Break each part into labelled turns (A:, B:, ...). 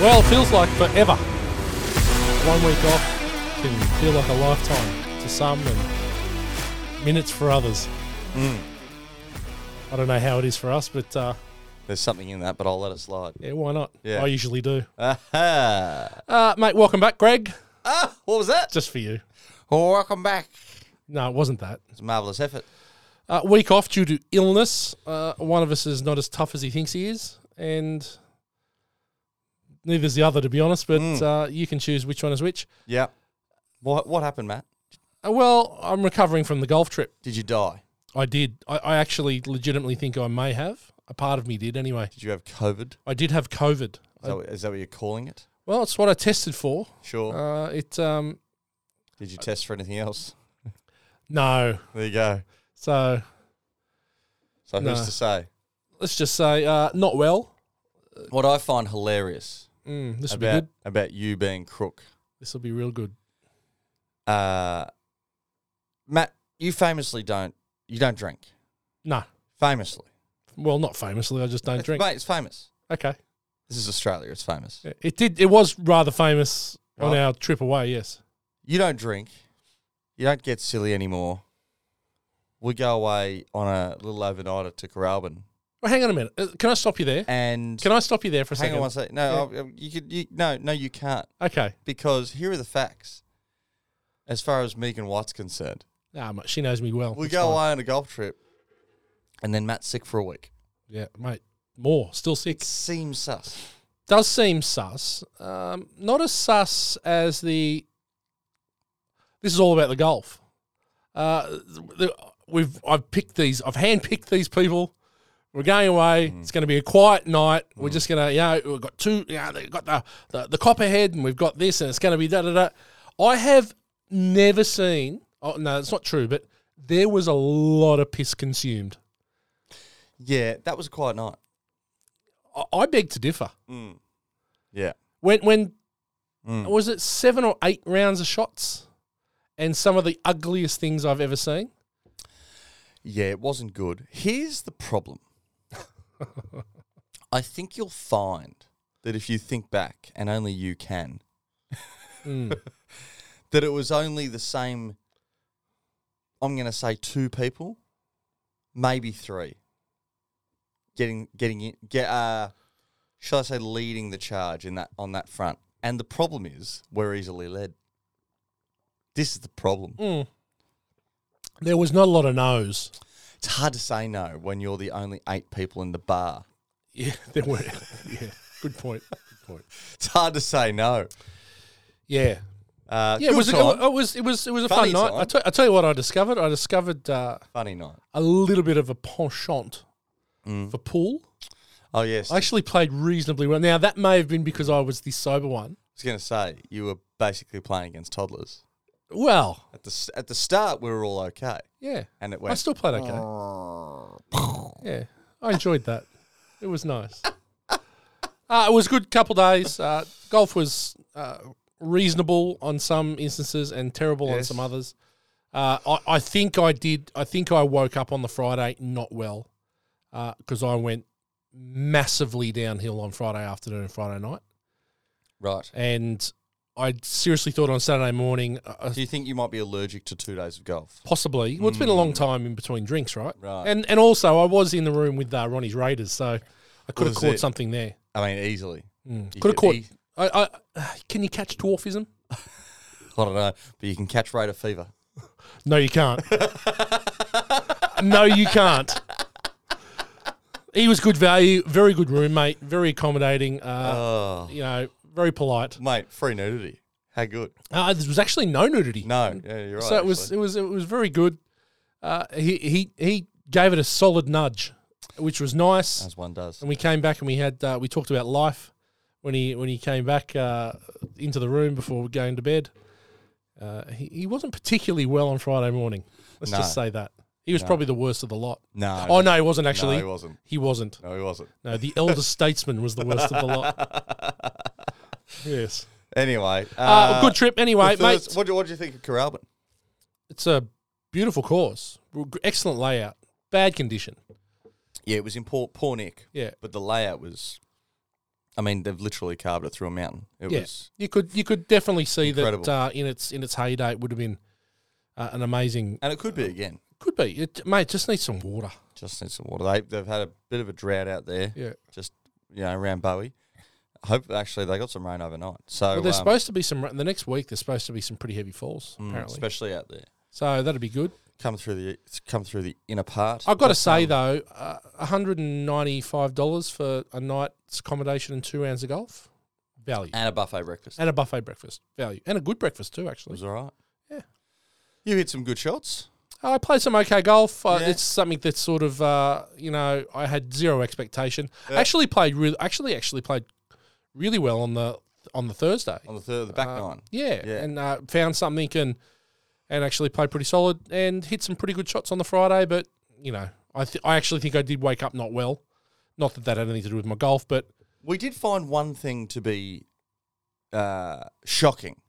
A: Well, feels like forever. One week off can feel like a lifetime to some and minutes for others. I don't know how it is for us, but uh,
B: There's something in that, but I'll let it slide.
A: yeah, why not?
B: Yeah.
A: I usually do.
B: Aha!
A: Uh, mate, welcome back, Greg.
B: Ah, what was that?
A: Just for you.
B: Oh, welcome back.
A: No, it wasn't that.
B: It's a marvelous effort.
A: Uh, week off due to illness. Uh, one of us is not as tough as he thinks he is, and neither's the other, to be honest. But uh, you can choose which one is which.
B: Yeah. What What happened, Matt?
A: Uh, well, I'm recovering from the golf trip.
B: Did you die?
A: I did. I, I actually legitimately think I may have. A part of me did, anyway.
B: Did you have COVID? Is,
A: I did have COVID. I-
B: that what- is that what you're calling it?
A: well, it's what I tested for.
B: Sure.
A: Uh, it um
B: Did you test for anything else?
A: no.
B: There you go.
A: So
B: So
A: No.
B: who's to say?
A: let's just say uh, not well.
B: What I find hilarious
A: Mm, this will be
B: about
A: good.
B: about you being crook,
A: This will be real good.
B: uh, Matt, you famously don't you don't drink.
A: No.
B: Famously,
A: Well, not famously. I just don't drink.
B: Mate, it's famous.
A: Okay.
B: This is Australia. It's famous.
A: Yeah, It did. It was rather famous on
B: Right.
A: our trip away. Yes.
B: you don't drink, you don't get silly anymore. We go away on a little overnighter to Carralbin,
A: Well, hang on a minute. Uh, Can I stop you there?
B: and
A: Can I stop you there for a
B: hang
A: second?
B: on one sec. No, I'll- um, you could. You, no, no, you can't
A: Okay.
B: because here are the facts. As far as Megan White's concerned,
A: Ah, mate, she knows me well.
B: we
A: It's
B: go
A: fine.
B: away on a golf trip, and then Matt's sick for a week.
A: Yeah, mate. More. Still sick.
B: Seems sus.
A: does seem sus. Um, not as sus as the. This is all about the golf. Uh, the, we've I've picked these. I've handpicked these people. We're going away. It's going to be a quiet night. We're just going to, you know, we've got two, you know, they've got the, the, the copperhead and we've got this and it's going to be da da da. I have never seen, oh, no, it's not true, but there was a lot of piss consumed.
B: Yeah, that was a quiet night.
A: I, I beg to differ.
B: Yeah,
A: when when
B: Mm.
A: was it seven or eight rounds of shots and some of the ugliest things i've ever seen
B: yeah, it wasn't good. Here's the problem. I think you'll find that if you think back, and only you can, that it was only the same, I'm going to say two people, maybe three, getting, getting in, get, uh, shall I say, leading the charge in that, on that front. And the problem is we're easily led. This is the problem.
A: there was not a lot of no's
B: It's hard to say no when you're the only eight people in the bar.
A: yeah there were yeah good point good point
B: It's hard to say no.
A: yeah
B: Uh,
A: yeah it
B: good
A: was, it,
B: time.
A: wa- it was it was it was a
B: Funny
A: fun night
B: time.
A: I tell- I tell you what i discovered i discovered uh,
B: funny night.
A: a little bit of a penchant
B: Mm.
A: for pool
B: Oh yes,
A: i
B: I
A: actually played reasonably well now that may have been because i was the sober one
B: was going to say you were basically playing against toddlers
A: well
B: at the s- at the start. We were all okay,
A: yeah
B: and it
A: i
B: went.
A: still played okay Yeah, I enjoyed that. It was nice. Uh, it was a good couple days. Uh, golf was uh, reasonable on some instances and terrible on
B: Yes.
A: some others. Uh, I, I think I did. I think I woke up on the Friday not well because I went massively downhill on Friday afternoon and Friday night,
B: right.
A: and I seriously thought on Saturday morning, uh,
B: Do you think you might be allergic to two days of golf?
A: possibly. Well, it's been a long time in between drinks, right?
B: Hmm. Right.
A: And and also, I was in the room with uh, Ronnie's Raiders, so I could have
B: was
A: caught
B: it?
A: something there.
B: I mean, easily. You
A: Could have
B: could
A: Hmm. caught.
B: eat-
A: I, I, can you catch dwarfism?
B: I don't know, but you can catch rate of fever.
A: No, you can't. no, you can't. He was good value, very good roommate, very accommodating. Uh,
B: Oh,
A: you know, very polite.
B: mate, free nudity. How good?
A: Uh, there was actually no nudity.
B: No, yeah, you're right.
A: Hmm. so it was
B: actually.
A: it was it was very good. Uh, he he he gave it a solid nudge, which was nice.
B: as one does.
A: and we came back and we had uh, we talked about life when he when he came back uh, into the room before going to bed. Uh, he, he wasn't particularly well on Friday morning. Let's just
B: No.
A: say that he was probably the worst of the lot.
B: No,
A: Oh no, he wasn't actually.
B: no, he wasn't.
A: He wasn't.
B: No, he wasn't.
A: No, the elder statesman was the worst of the lot. Yes.
B: Anyway, uh,
A: Uh, good trip anyway,
B: so
A: mate.
B: that's- What do, what do you think of Carralbin?
A: It's a beautiful course. Excellent layout. Bad condition.
B: Yeah, it was in poor, poor nick.
A: Yeah.
B: But the layout was I mean, they've literally carved it through a mountain. It
A: Yeah.
B: was
A: You could you could definitely see
B: Incredible.
A: that uh, in its in its heyday it would have been uh, an amazing.
B: and it could be again.
A: Could be, it, mate. Just needs some water.
B: Just need some water. They they've had a bit of a drought out there.
A: Yeah.
B: Just you know around Bowie. Hope actually they got some rain overnight. So
A: Well, there's
B: um,
A: supposed to be some the next week. There's supposed to be some pretty heavy falls
B: mm,
A: apparently.
B: especially out there,
A: so that'd be good.
B: come through the it's come through the inner part.
A: I've got to
B: But,
A: say
B: um,
A: though, uh, hundred and ninety five dollars for a night's accommodation and two rounds of golf, value,
B: and a buffet breakfast
A: and a buffet breakfast, value, and a good breakfast too. Actually,
B: was all right.
A: Yeah.
B: you hit some good shots.
A: I played some okay golf. Uh,
B: Yeah.
A: It's something that's sort of uh, you know I had zero expectation. Actually played really, actually actually played really well on the on the Thursday.
B: on the third, the back
A: Uh,
B: nine.
A: Yeah,
B: Yeah.
A: and uh, found something and and actually played pretty solid and hit some pretty good shots on the Friday. But you know, I th- I actually think I did wake up not well. Not that that had anything to do with my golf, but
B: We did find one thing to be uh, shocking.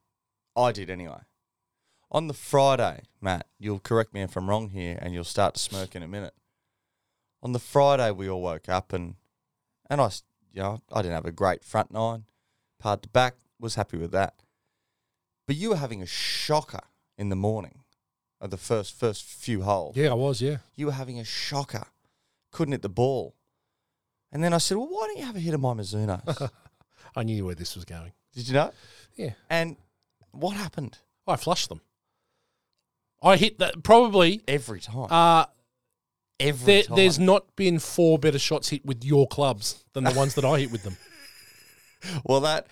B: I did anyway. On the Friday, Matt, you'll correct me if I'm wrong here, and you'll start to smirk in a minute. On the Friday, we all woke up and and I, s- you know, I didn't have a great front nine, part to back, was happy with that. But you were having a shocker in the morning of the first first few holes
A: yeah, I was. Yeah,
B: you were having a shocker. Couldn't hit the ball. And then I said, Well, why don't you have a hit of my Mizunos?
A: I knew where this was going.
B: Did you know?
A: Yeah.
B: And what happened?
A: I flushed them. I hit that probably.
B: Every time.
A: Uh,
B: Every
A: there,
B: time.
A: there's not been four better shots hit with your clubs than the ones that I hit with them.
B: well, that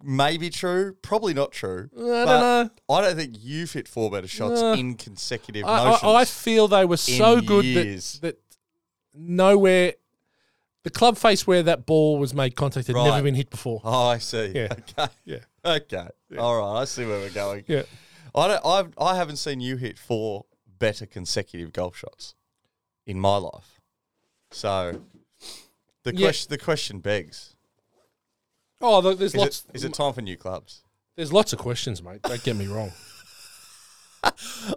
B: may be true, probably not true. I
A: don't
B: know. I don't think you've hit four better shots
A: Uh,
B: in consecutive
A: I,
B: motions.
A: I, I feel they were so good
B: years.
A: that, that nowhere the club face where that ball was made contact had
B: Right.
A: never been hit before.
B: oh, I see.
A: Yeah.
B: Okay.
A: Yeah.
B: Okay. All right. I see where we're going.
A: Yeah.
B: I don't, I've, I haven't seen you hit four better consecutive golf shots in my life. So the
A: Yeah.
B: question the question begs:
A: Oh, look, there's
B: is it,
A: lots.
B: is it time for new clubs?
A: There's lots of questions, mate. Don't get me wrong.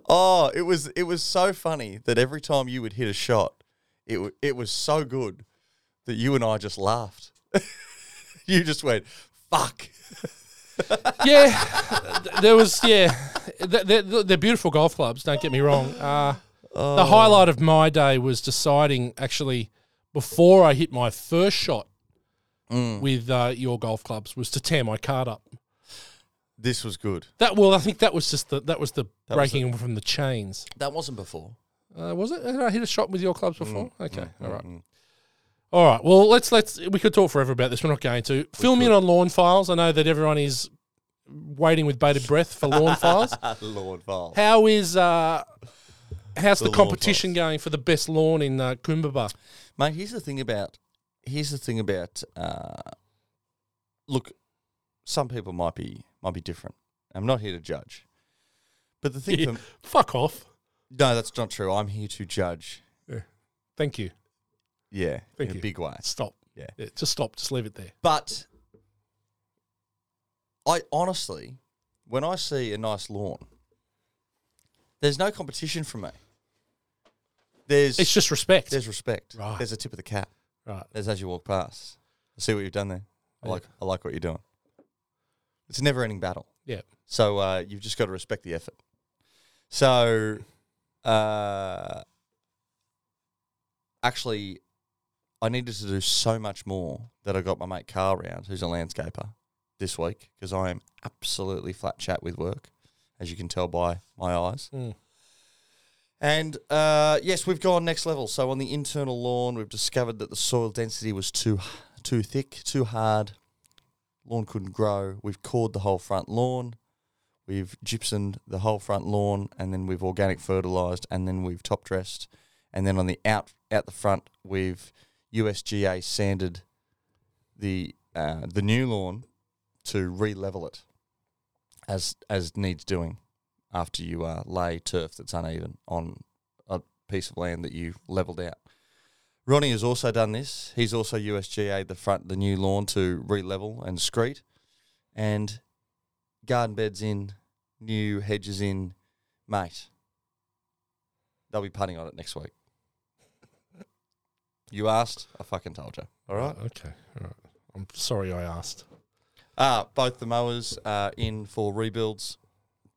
B: Oh, it was it was so funny that every time you would hit a shot, it wa- it was so good that you and I just laughed. you just went fuck.
A: yeah, th- there was. Yeah, Th- they're, they're beautiful golf clubs. Don't get me wrong. Uh, The highlight of my day was deciding actually before I hit my first shot with uh, your golf clubs was to tear my card up.
B: This was good.
A: That well, I think that was just the that was the breaking from the chains.
B: That wasn't before.
A: Uh, was it? Did I hit a shot with your clubs before? okay, all right. All right. Well, let's let's we could talk forever about this. We're not going to. Fill me in on lawn files. I know that everyone is waiting with bated breath for lawn files.
B: Ah, Lord Val.
A: How is uh how's the,
B: lawn
A: competition going for the best lawn in uh, Kumbaba?
B: Mate, here's the thing about here's the thing about uh, look, some people might be might be different. I'm not here to judge, but the thing for,
A: Fuck off.
B: no, that's not true. I'm here to judge.
A: Thank you.
B: Yeah,
A: Thank
B: in
A: you.
B: a big way.
A: Stop.
B: Yeah.
A: Just stop. Just leave it there.
B: But I honestly, when I see a nice lawn, there's no competition from me. There's
A: It's just respect.
B: there's respect.
A: Right.
B: There's a tip of the cap.
A: Right.
B: There's as you walk past. I see what you've done there. I
A: Yeah.
B: like I like what you're doing. It's a never ending battle.
A: Yeah.
B: So uh, you've just got to respect the effort. So uh, actually I needed to do so much more that I got my mate Carl round, who's a landscaper, this week, because I am absolutely flat chat with work, as you can tell by my eyes.
A: Mm.
B: And uh, yes, we've gone next level. So on the internal lawn, we've discovered that the soil density was too too thick, too hard. Lawn couldn't grow. We've cored the whole front lawn. We've gypsumed the whole front lawn, and then we've organic fertilised, and then we've top dressed, and then on the out out the front, we've USGA sanded the uh, the new lawn to re-level it as as needs doing after you uh, lay turf that's uneven on a piece of land that you levelled out. Ronnie has also done this. He's also USGA the front the new lawn to re-level and screed, and garden beds in, new hedges in, mate. They'll be putting on it next week. You asked, I fucking told you. All right.
A: Okay. All right. I'm sorry I asked.
B: Uh, both the mowers are in for rebuilds,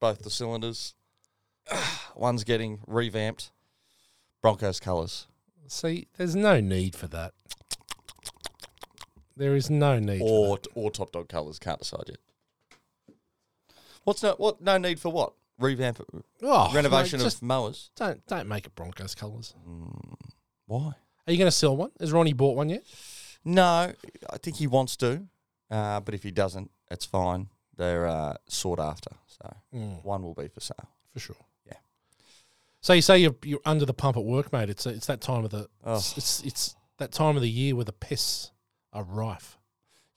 B: both the cylinders. One's getting revamped. Broncos colours.
A: See, there's no need for that. There is no need. for
B: Or or top dog colours. Can't decide yet. What's no what no need for what? Revamp
A: that. Oh,
B: renovation
A: mate, just
B: of mowers.
A: don't don't make it Broncos colours.
B: Why?
A: Are you going to sell one? Has Ronnie bought one yet?
B: No, I think he wants to. Uh, but if he doesn't, it's fine. They're uh, sought after. So one will be for sale.
A: For sure.
B: Yeah.
A: So you say you're you're under the pump at work, mate. It's it's that time of the
B: Oh.
A: it's, it's it's that time of the year where the pests are rife.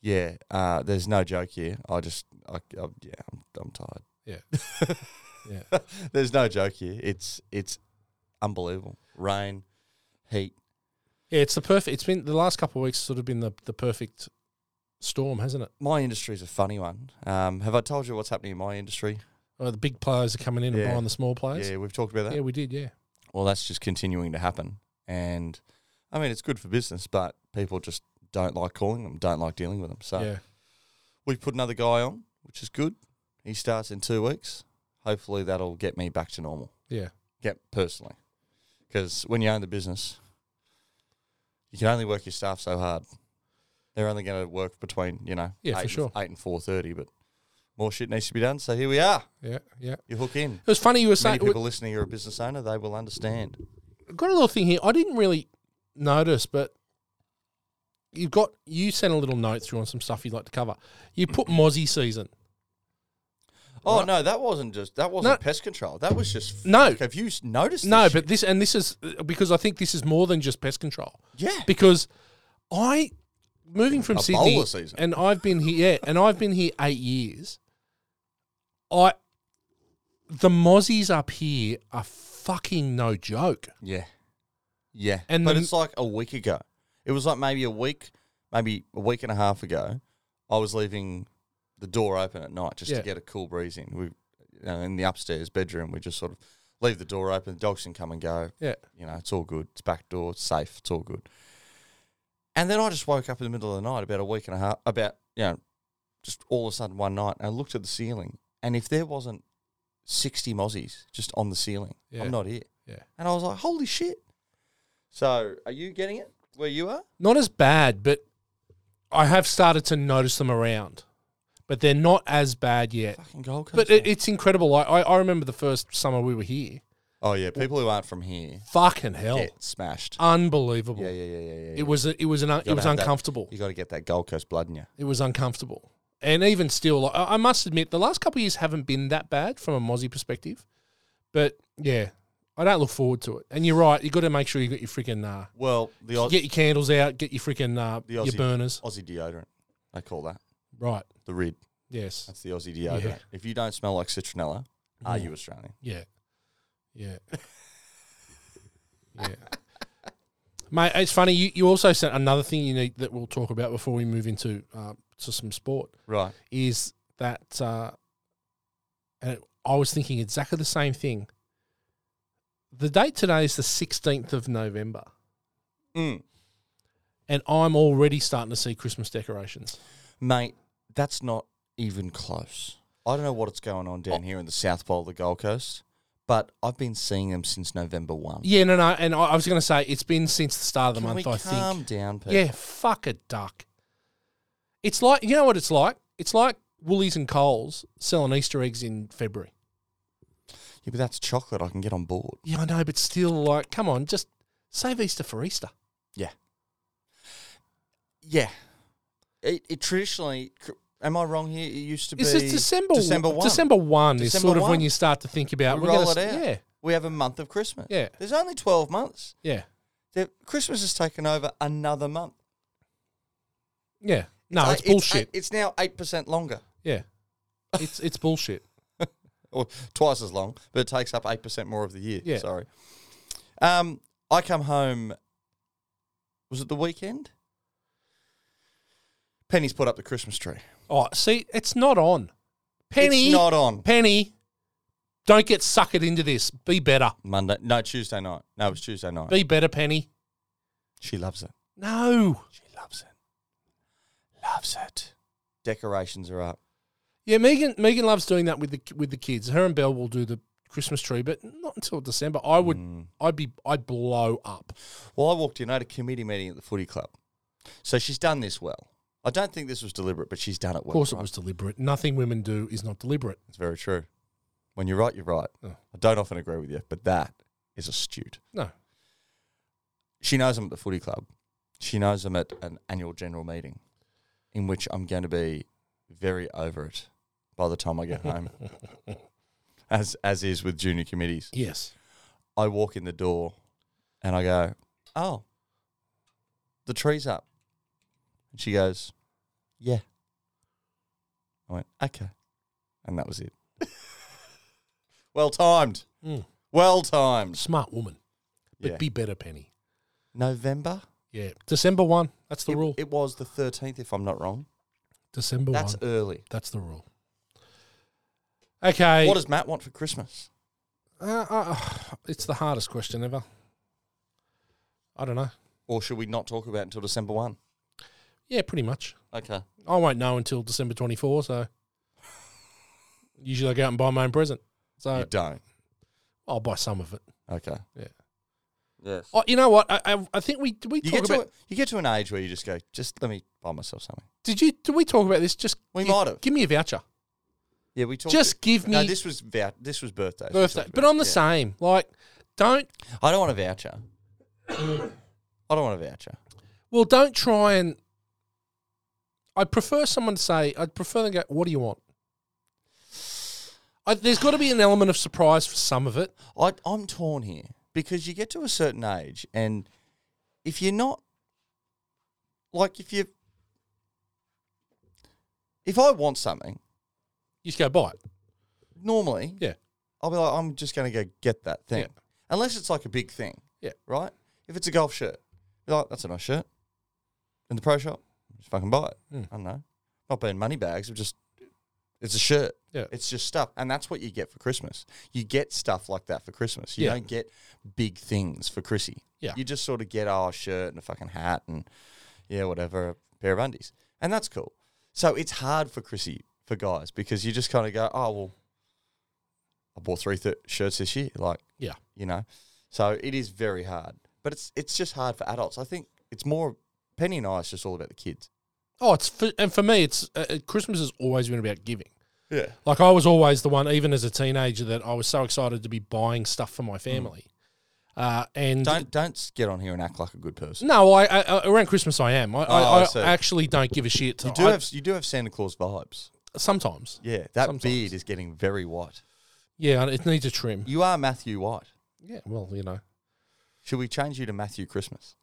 B: Yeah, uh, there's no joke here. I just, I, I, yeah, I'm, I'm tired.
A: Yeah. Yeah.
B: There's no joke here. It's it's unbelievable. Rain, heat.
A: Yeah, it's the perfect. It's been the last couple of weeks sort of been the, the perfect storm, hasn't it?
B: My industry's a funny one. Um, have I told you what's happening in my industry?
A: Oh, the big players are coming in
B: Yeah.
A: and buying the small players.
B: Yeah, we've talked about that.
A: yeah, we did. Yeah.
B: Well, that's just continuing to happen, and I mean it's good for business, but people just don't like calling them, don't like dealing with them. So
A: Yeah.
B: we've put another guy on, which is good. He starts in two weeks. Hopefully that'll get me back to normal.
A: Yeah.
B: Yep, personally. Because when you own the business, you can only work your staff so hard. They're only going to work between you know
A: Yeah, for
B: eight and-
A: sure.
B: eight and four thirty, but more shit needs to be done. So here we are.
A: Yeah. Yeah. It
B: You hook in.
A: was funny you were
B: Many
A: saying.
B: people listening who are a business owner, they will understand.
A: I've got a little thing here. I didn't really notice, but you've got you sent a little note through on some stuff you'd like to cover. You put Mozzie season.
B: Oh no, that wasn't just that wasn't
A: No.
B: pest control. That was just
A: No.
B: like, have you s- noticed?
A: No,
B: this shit?
A: but this and this is because I think this is more than just pest control.
B: yeah,
A: Because I moving from
B: A
A: Sydney
B: bowler season.
A: and I've been here yeah, and I've been here eight years. I the mozzies up here are fucking no joke.
B: yeah, yeah.
A: And
B: but
A: the-
B: it's like a week ago. It was like maybe a week, maybe a week and a half ago. I was leaving the door open at night just
A: Yeah.
B: to get a cool breeze in. We you know, in the upstairs bedroom. We just sort of leave the door open. The dogs can come and go.
A: Yeah.
B: you know, it's all good. It's back door, it's safe, it's all good. And then I just woke up in the middle of the night about a week and a half, about, you know, just all of a sudden one night, and I looked at the ceiling, and if there wasn't 60 mozzies just on the ceiling,
A: Yeah.
B: I'm not here.
A: Yeah.
B: And I was like, holy shit. So are you getting it where you are?
A: Not as bad, but I have started to notice them around. But they're not as bad yet.
B: Fucking Gold Coast.
A: But
B: man.
A: it, it's incredible. I, I, I remember the first summer we were here.
B: oh, yeah, people who aren't from here
A: Fucking hell.
B: get smashed.
A: Unbelievable.
B: Yeah, yeah, yeah, yeah, yeah.
A: Uh, It was a- it was an un- it was uncomfortable.
B: you got to get that Gold Coast blood in you.
A: It was uncomfortable. And even still, like, I I must admit, the last couple of years haven't been that bad from a Mozzie perspective. But yeah, I don't look forward to it. And you're right, you got to make sure you got your freaking uh,
B: Well, the, Aus-
A: get your candles out, get your freaking uh,
B: The
A: your
B: Aussie-
A: burners.
B: Aussie deodorant, they call that
A: Right.
B: the rid.
A: Yes.
B: That's the Aussie deodorant.
A: Yeah. Mm.
B: If you don't smell like citronella, are you Australian?
A: Yeah. Yeah. yeah. Mate, it's funny. You, you also sent another thing you need that we'll talk about before we move into uh, to some sport.
B: Right.
A: is that uh, and I was thinking exactly the same thing. The date today is the 16th of November,
B: Mm.
A: and I'm already starting to see Christmas decorations.
B: Mate, that's not even close. I don't know what it's going on
A: Oh.
B: down here in the South Pole of the Gold Coast, but I've been seeing them since November 1.
A: Yeah, no, no. And I, I was going to say it's been since the start of the
B: Can
A: month,
B: we
A: I
B: calm
A: think.
B: down, people?
A: Yeah, fuck a duck. It's like, you know what it's like? It's like Woolies and Coles selling Easter eggs in February.
B: Yeah, but that's chocolate. I can get on board.
A: Yeah, I know, but still, like, come on, just save Easter for Easter.
B: Yeah. Yeah. It, it traditionally, cr- am I wrong here? It used to be
A: It's just December.
B: December 1.
A: December one is
B: December
A: sort of
B: 1.
A: when you start to think about.
B: We
A: we're gonna
B: roll it
A: s-
B: out.
A: Yeah,
B: We have a month of Christmas.
A: Yeah.
B: There's only 12 months.
A: yeah,
B: The- Christmas has taken over another month.
A: yeah. No,
B: Uh,
A: it's, bullshit.
B: eight- It's, now eight percent longer,
A: yeah, it's it's bullshit.
B: or twice as long, but it takes up eight percent more of the year.
A: Yeah.
B: Sorry. Um, I come home. Was it the weekend? Penny's put up the Christmas tree.
A: Oh, see, it's not on. Penny,
B: it's not on
A: Penny, don't get suckered into this. Be better.
B: Monday. No, Tuesday night. No, it was Tuesday night.
A: Be better, Penny.
B: she loves it.
A: No,
B: She loves it. loves it. Decorations are up.
A: Yeah, Megan Megan loves doing that with the with the kids. Her and Belle will do the Christmas tree, but not until December. I would
B: Hmm.
A: I'd be I'd blow up.
B: Well, I walked in at a committee meeting at the footy club. So she's done this well. I don't think this was deliberate, but she's done it well.
A: Of course, it
B: right?
A: was deliberate. Nothing women do is not deliberate.
B: It's very true. When you're right, you're right.
A: Yeah.
B: I don't often agree with you, but that is astute.
A: No,
B: She knows I'm at the footy club. She knows I'm at an annual general meeting in which I'm going to be very over it by the time I get home, as, as is with junior committees.
A: yes,
B: I walk in the door and I go, Oh, the tree's up. And she goes, Yeah. I went, Okay. And that was it. well timed.
A: Mm.
B: Well timed.
A: smart woman, but
B: Yeah.
A: be better, Penny.
B: November?
A: Yeah, December one. That's the
B: it,
A: rule.
B: it was the 13th, if I'm not wrong.
A: December
B: That's
A: one.
B: early.
A: That's the rule. Okay,
B: What does Matt want for Christmas?
A: uh, uh, it's the hardest question ever. I don't know.
B: Or should we not talk about it until December 1?
A: Yeah, pretty much.
B: Okay.
A: I won't know until December 24, so usually I go out and buy my own present. So
B: you don't.
A: I'll buy some of it.
B: Okay.
A: Yeah.
B: Yes.
A: Oh, you know what? I, I, I think we did we
B: You
A: talk
B: get, to
A: about
B: a, you get to an age where you just go, just let me buy myself something.
A: did you did we talk about this? Just
B: We
A: give,
B: might have.
A: Give me a voucher.
B: Yeah, we talked.
A: Just give me
B: no. This was vou- this was birthdays. we
A: birthday.
B: talked
A: But
B: about.
A: I'm the same. Like, don't
B: Yeah. I don't want a voucher. I don't want a voucher.
A: well, don't try and. I prefer someone to say. I'd prefer them to go. What do you want? I, there's got to be an element of surprise for some of it.
B: I I'm torn here because you get to a certain age, and if you're not, like, if you, if I want something,
A: You just go buy it.
B: normally,
A: Yeah,
B: I'll be like, I'm just going to go get that thing,
A: Yeah.
B: unless it's like a big thing.
A: Yeah.
B: Right. If it's a golf shirt, be like, that's a nice shirt. In the pro shop, just fucking buy it.
A: Mm.
B: I don't know. Not being money bags, it's just it's a shirt.
A: Yeah.
B: It's just stuff, and that's what you get for Christmas. You get stuff like that for Christmas. You
A: Yeah.
B: don't get big things for Chrissy.
A: Yeah.
B: You just sort of get oh, a shirt and a fucking hat and yeah, whatever, a pair of undies, and that's cool. So it's hard for Chrissy for guys because you just kind of go, oh well, I bought three th- shirts this year, like
A: Yeah.
B: you know. So it is very hard, but it's it's just hard for adults. I think it's more Penny and I. It's just all about the kids.
A: Oh, it's for, and for me, it's uh, uh, Christmas is always been about giving.
B: Yeah.
A: Like I was always the one, even as a teenager, that I was so excited to be buying stuff for my family. Uh, and
B: Mm. Don't don't get on here and act like a good person.
A: no, I, I I- around Christmas I am. I,
B: Oh, I
A: I,
B: see.
A: I, actually don't give a shit.
B: You do
A: Mm, I-
B: have you do have Santa Claus vibes.
A: sometimes.
B: Yeah, that
A: Sometimes.
B: beard is getting very white.
A: Yeah, and it needs a trim.
B: You are Matthew White.
A: Yeah, well, you know,
B: Should we change you to Matthew Christmas?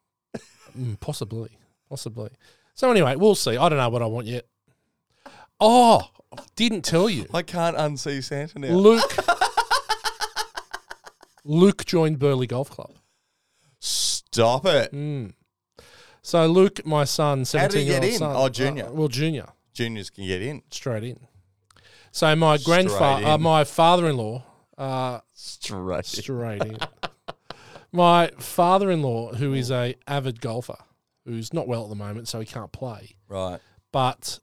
A: mm, possibly, possibly. So anyway, we'll see. I don't know what I want yet. Oh, didn't tell you.
B: I can't unsee Santa now.
A: Luke. Luke joined Burley Golf Club.
B: Stop it,
A: Mm. So Luke, my son,
B: How did he
A: seventeen year
B: get
A: old
B: in?
A: son.
B: Oh, junior.
A: Uh, well, junior.
B: juniors can get in
A: straight in. So my grandfather, uh,
B: in.
A: my father-in-law, uh,
B: straight.
A: straight in. My father-in-law, who is a avid golfer, who's not well at the moment, so he can't play.
B: Right.
A: But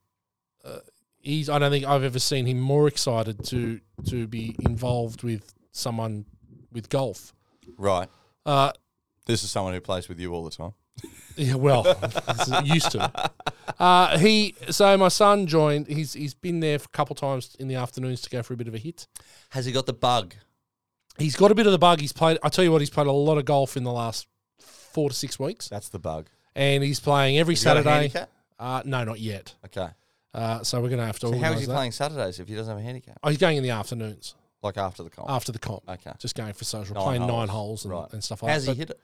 A: uh, he's—I don't think I've ever seen him more excited to to be involved with someone with golf.
B: Right.
A: Uh,
B: This is someone who plays with you all the time.
A: Yeah, well, he's used to it. Uh, he so my son joined. He's he's been there a couple times in the afternoons to go for a bit of a hit.
B: Has he got the bug?
A: He's got a bit of the bug. He's played. I tell you what, he's played a lot of golf in the last four to six weeks,
B: That's the bug.
A: and he's playing every
B: Has he got a
A: Saturday.
B: handicap?
A: Uh, no, not yet.
B: Okay.
A: Uh, so we're going to have to.
B: So how is
A: organise
B: he
A: that.
B: playing Saturdays if he doesn't have a handicap?
A: Oh, he's going in the afternoons
B: Like after the comp.
A: after the comp.
B: okay.
A: Just going for social,
B: Nine
A: playing
B: holes.
A: nine holes Oh, and,
B: Right.
A: and stuff like
B: How's he
A: that.
B: hit it?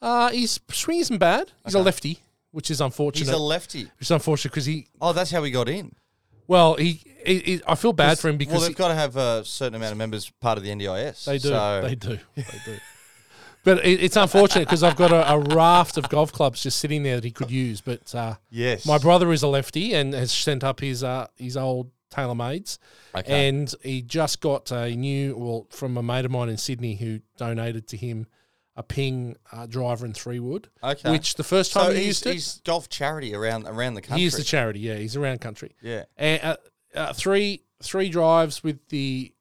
A: But, uh, he's swing isn't bad. He's a
B: Okay.
A: lefty, which is unfortunate.
B: He's a lefty.
A: which is unfortunate because he.
B: Oh, that's how he got in.
A: Well, he, he, he. I feel bad for him
B: well,
A: because
B: they've
A: he-
B: got to have a certain amount of members part of the NDIS.
A: They do.
B: So
A: They do. They do. But it, it's unfortunate because I've got a, a raft of golf clubs just sitting there that he could use. But uh,
B: yes,
A: my brother is a lefty and has sent up his uh, his old TaylorMade's,
B: Okay.
A: and he just got a new well from a mate of mine in Sydney who donated to him a ping uh, driver and three wood.
B: Okay.
A: Which the first time
B: So
A: he
B: he's,
A: used it,
B: he's golf charity around around the country.
A: he is the charity. Yeah, he's around country.
B: yeah.
A: And uh, uh, three three drives with the.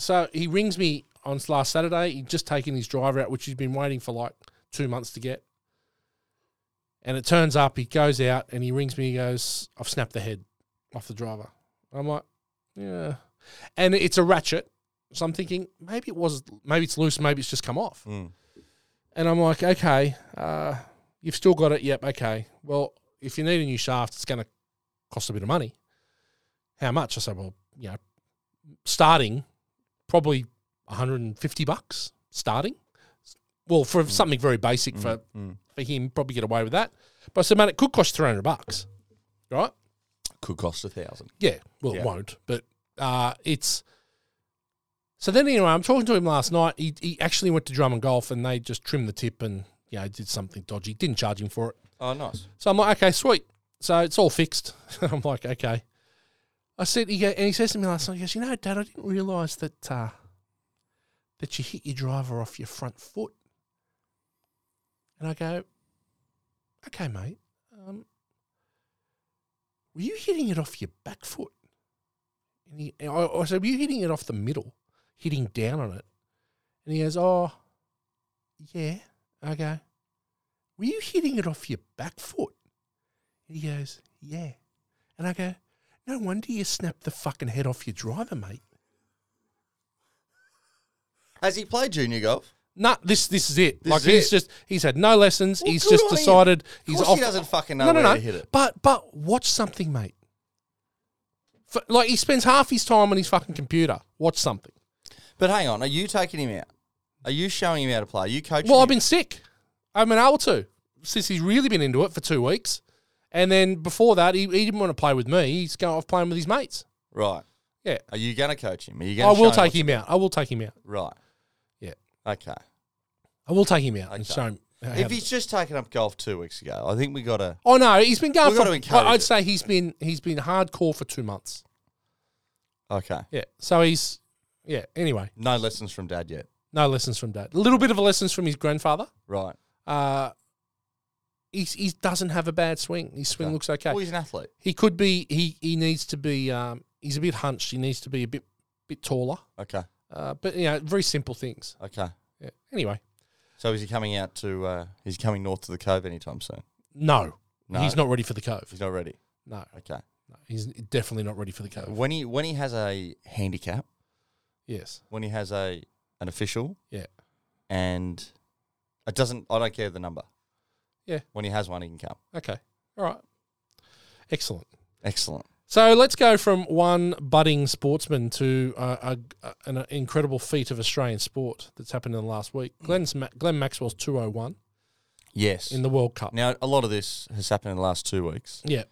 A: So he rings me on last Saturday. He'd just taken his driver out, which he's been waiting for like two months to get. And it turns up, he goes out and he rings me. He goes, "I've snapped the head off the driver." I'm like, "Yeah," and it's a ratchet. So I'm thinking maybe it was, maybe it's loose, maybe it's just come off.
B: Mm.
A: And I'm like, okay, uh, you've still got it. Yep, okay. Well, if you need a new shaft, it's going to cost a bit of money. How much? I said, well, you know, starting probably 150 bucks starting. Well, for something very basic for,
B: mm.
A: for him, probably get away with that. But I said, man, it could cost 300 bucks, right?
B: Could cost a thousand.
A: Yeah, well,
B: Yeah.
A: it won't, but uh, it's. So then, anyway, I'm talking to him last night. He, he actually went to drum and golf, and they just trimmed the tip and you know did something dodgy. Didn't charge him for it.
B: Oh, nice.
A: So I'm like, okay, sweet. So it's all fixed. I'm like, okay. I said, he go, and he says to me last night, he goes, you know, Dad, I didn't realise that uh, that you hit your driver off your front foot. And I go, okay, mate. Um, were you hitting it off your back foot? And, he, and I, I said, were you hitting it off the middle, hitting down on it? And he goes, oh, yeah. I go, were you hitting it off your back foot? And he goes, yeah. And I go, no wonder you snapped the fucking head off your driver, mate.
B: Has he played junior golf?
A: Nah, this this is it.
B: This
A: like
B: is
A: he's
B: it.
A: just he's had no lessons.
B: Well,
A: he's
B: good
A: just
B: on him.
A: decided
B: Of
A: he's
B: course
A: off.
B: he doesn't fucking know
A: no, no,
B: where
A: no.
B: to hit it.
A: But but watch something, mate. For, like he spends half his time on his fucking computer. Watch something.
B: But hang on, are you taking him out? Are you showing him how to play? Are you coaching?
A: Well,
B: him?
A: I've been sick. I've been able to since he's really been into it for two weeks, and then before that, he, he didn't want to play with me. He's going off playing with his mates.
B: right.
A: Yeah.
B: Are you going to coach him? Are you
A: I
B: going?
A: will take him out. I will take him out.
B: Right.
A: Yeah.
B: Okay.
A: I will take him out and
B: Okay.
A: show him. how
B: If
A: to-
B: he's just taken up golf two weeks ago, I think we got to.
A: oh no, he's been going.
B: We've got
A: For,
B: to encourage
A: I- I'd
B: it.
A: say he's been he's been hardcore for two months.
B: Okay.
A: Yeah, so he's yeah. Anyway,
B: No lessons from dad yet.
A: no lessons from dad. A little bit of a lessons from his grandfather.
B: Right.
A: Uh, he's, he doesn't have a bad swing. His swing
B: Okay.
A: looks okay.
B: Well, he's an athlete.
A: he could be. He he needs to be. Um, he's a bit hunched. He needs to be a bit bit taller.
B: Okay.
A: Uh, but you know, very simple things.
B: Okay.
A: Yeah. Anyway,
B: So is he coming out to? Uh, he's coming north to the cove anytime soon.
A: no,
B: No.
A: he's not ready for the cove.
B: He's not ready.
A: No,
B: Okay.
A: no, he's definitely not ready for the cove.
B: When he when he has a handicap,
A: Yes.
B: when he has a an official,
A: Yeah.
B: and it doesn't. I don't care the number.
A: Yeah.
B: When he has one, he can come.
A: Okay. All right. Excellent.
B: Excellent.
A: So let's go from one budding sportsman to uh, a, a- an incredible feat of Australian sport that's happened in the last week. Glenn's Ma- Glenn Maxwell's 201
B: Yes.
A: in the World Cup.
B: now a lot of this has happened in the last two weeks.
A: yeah.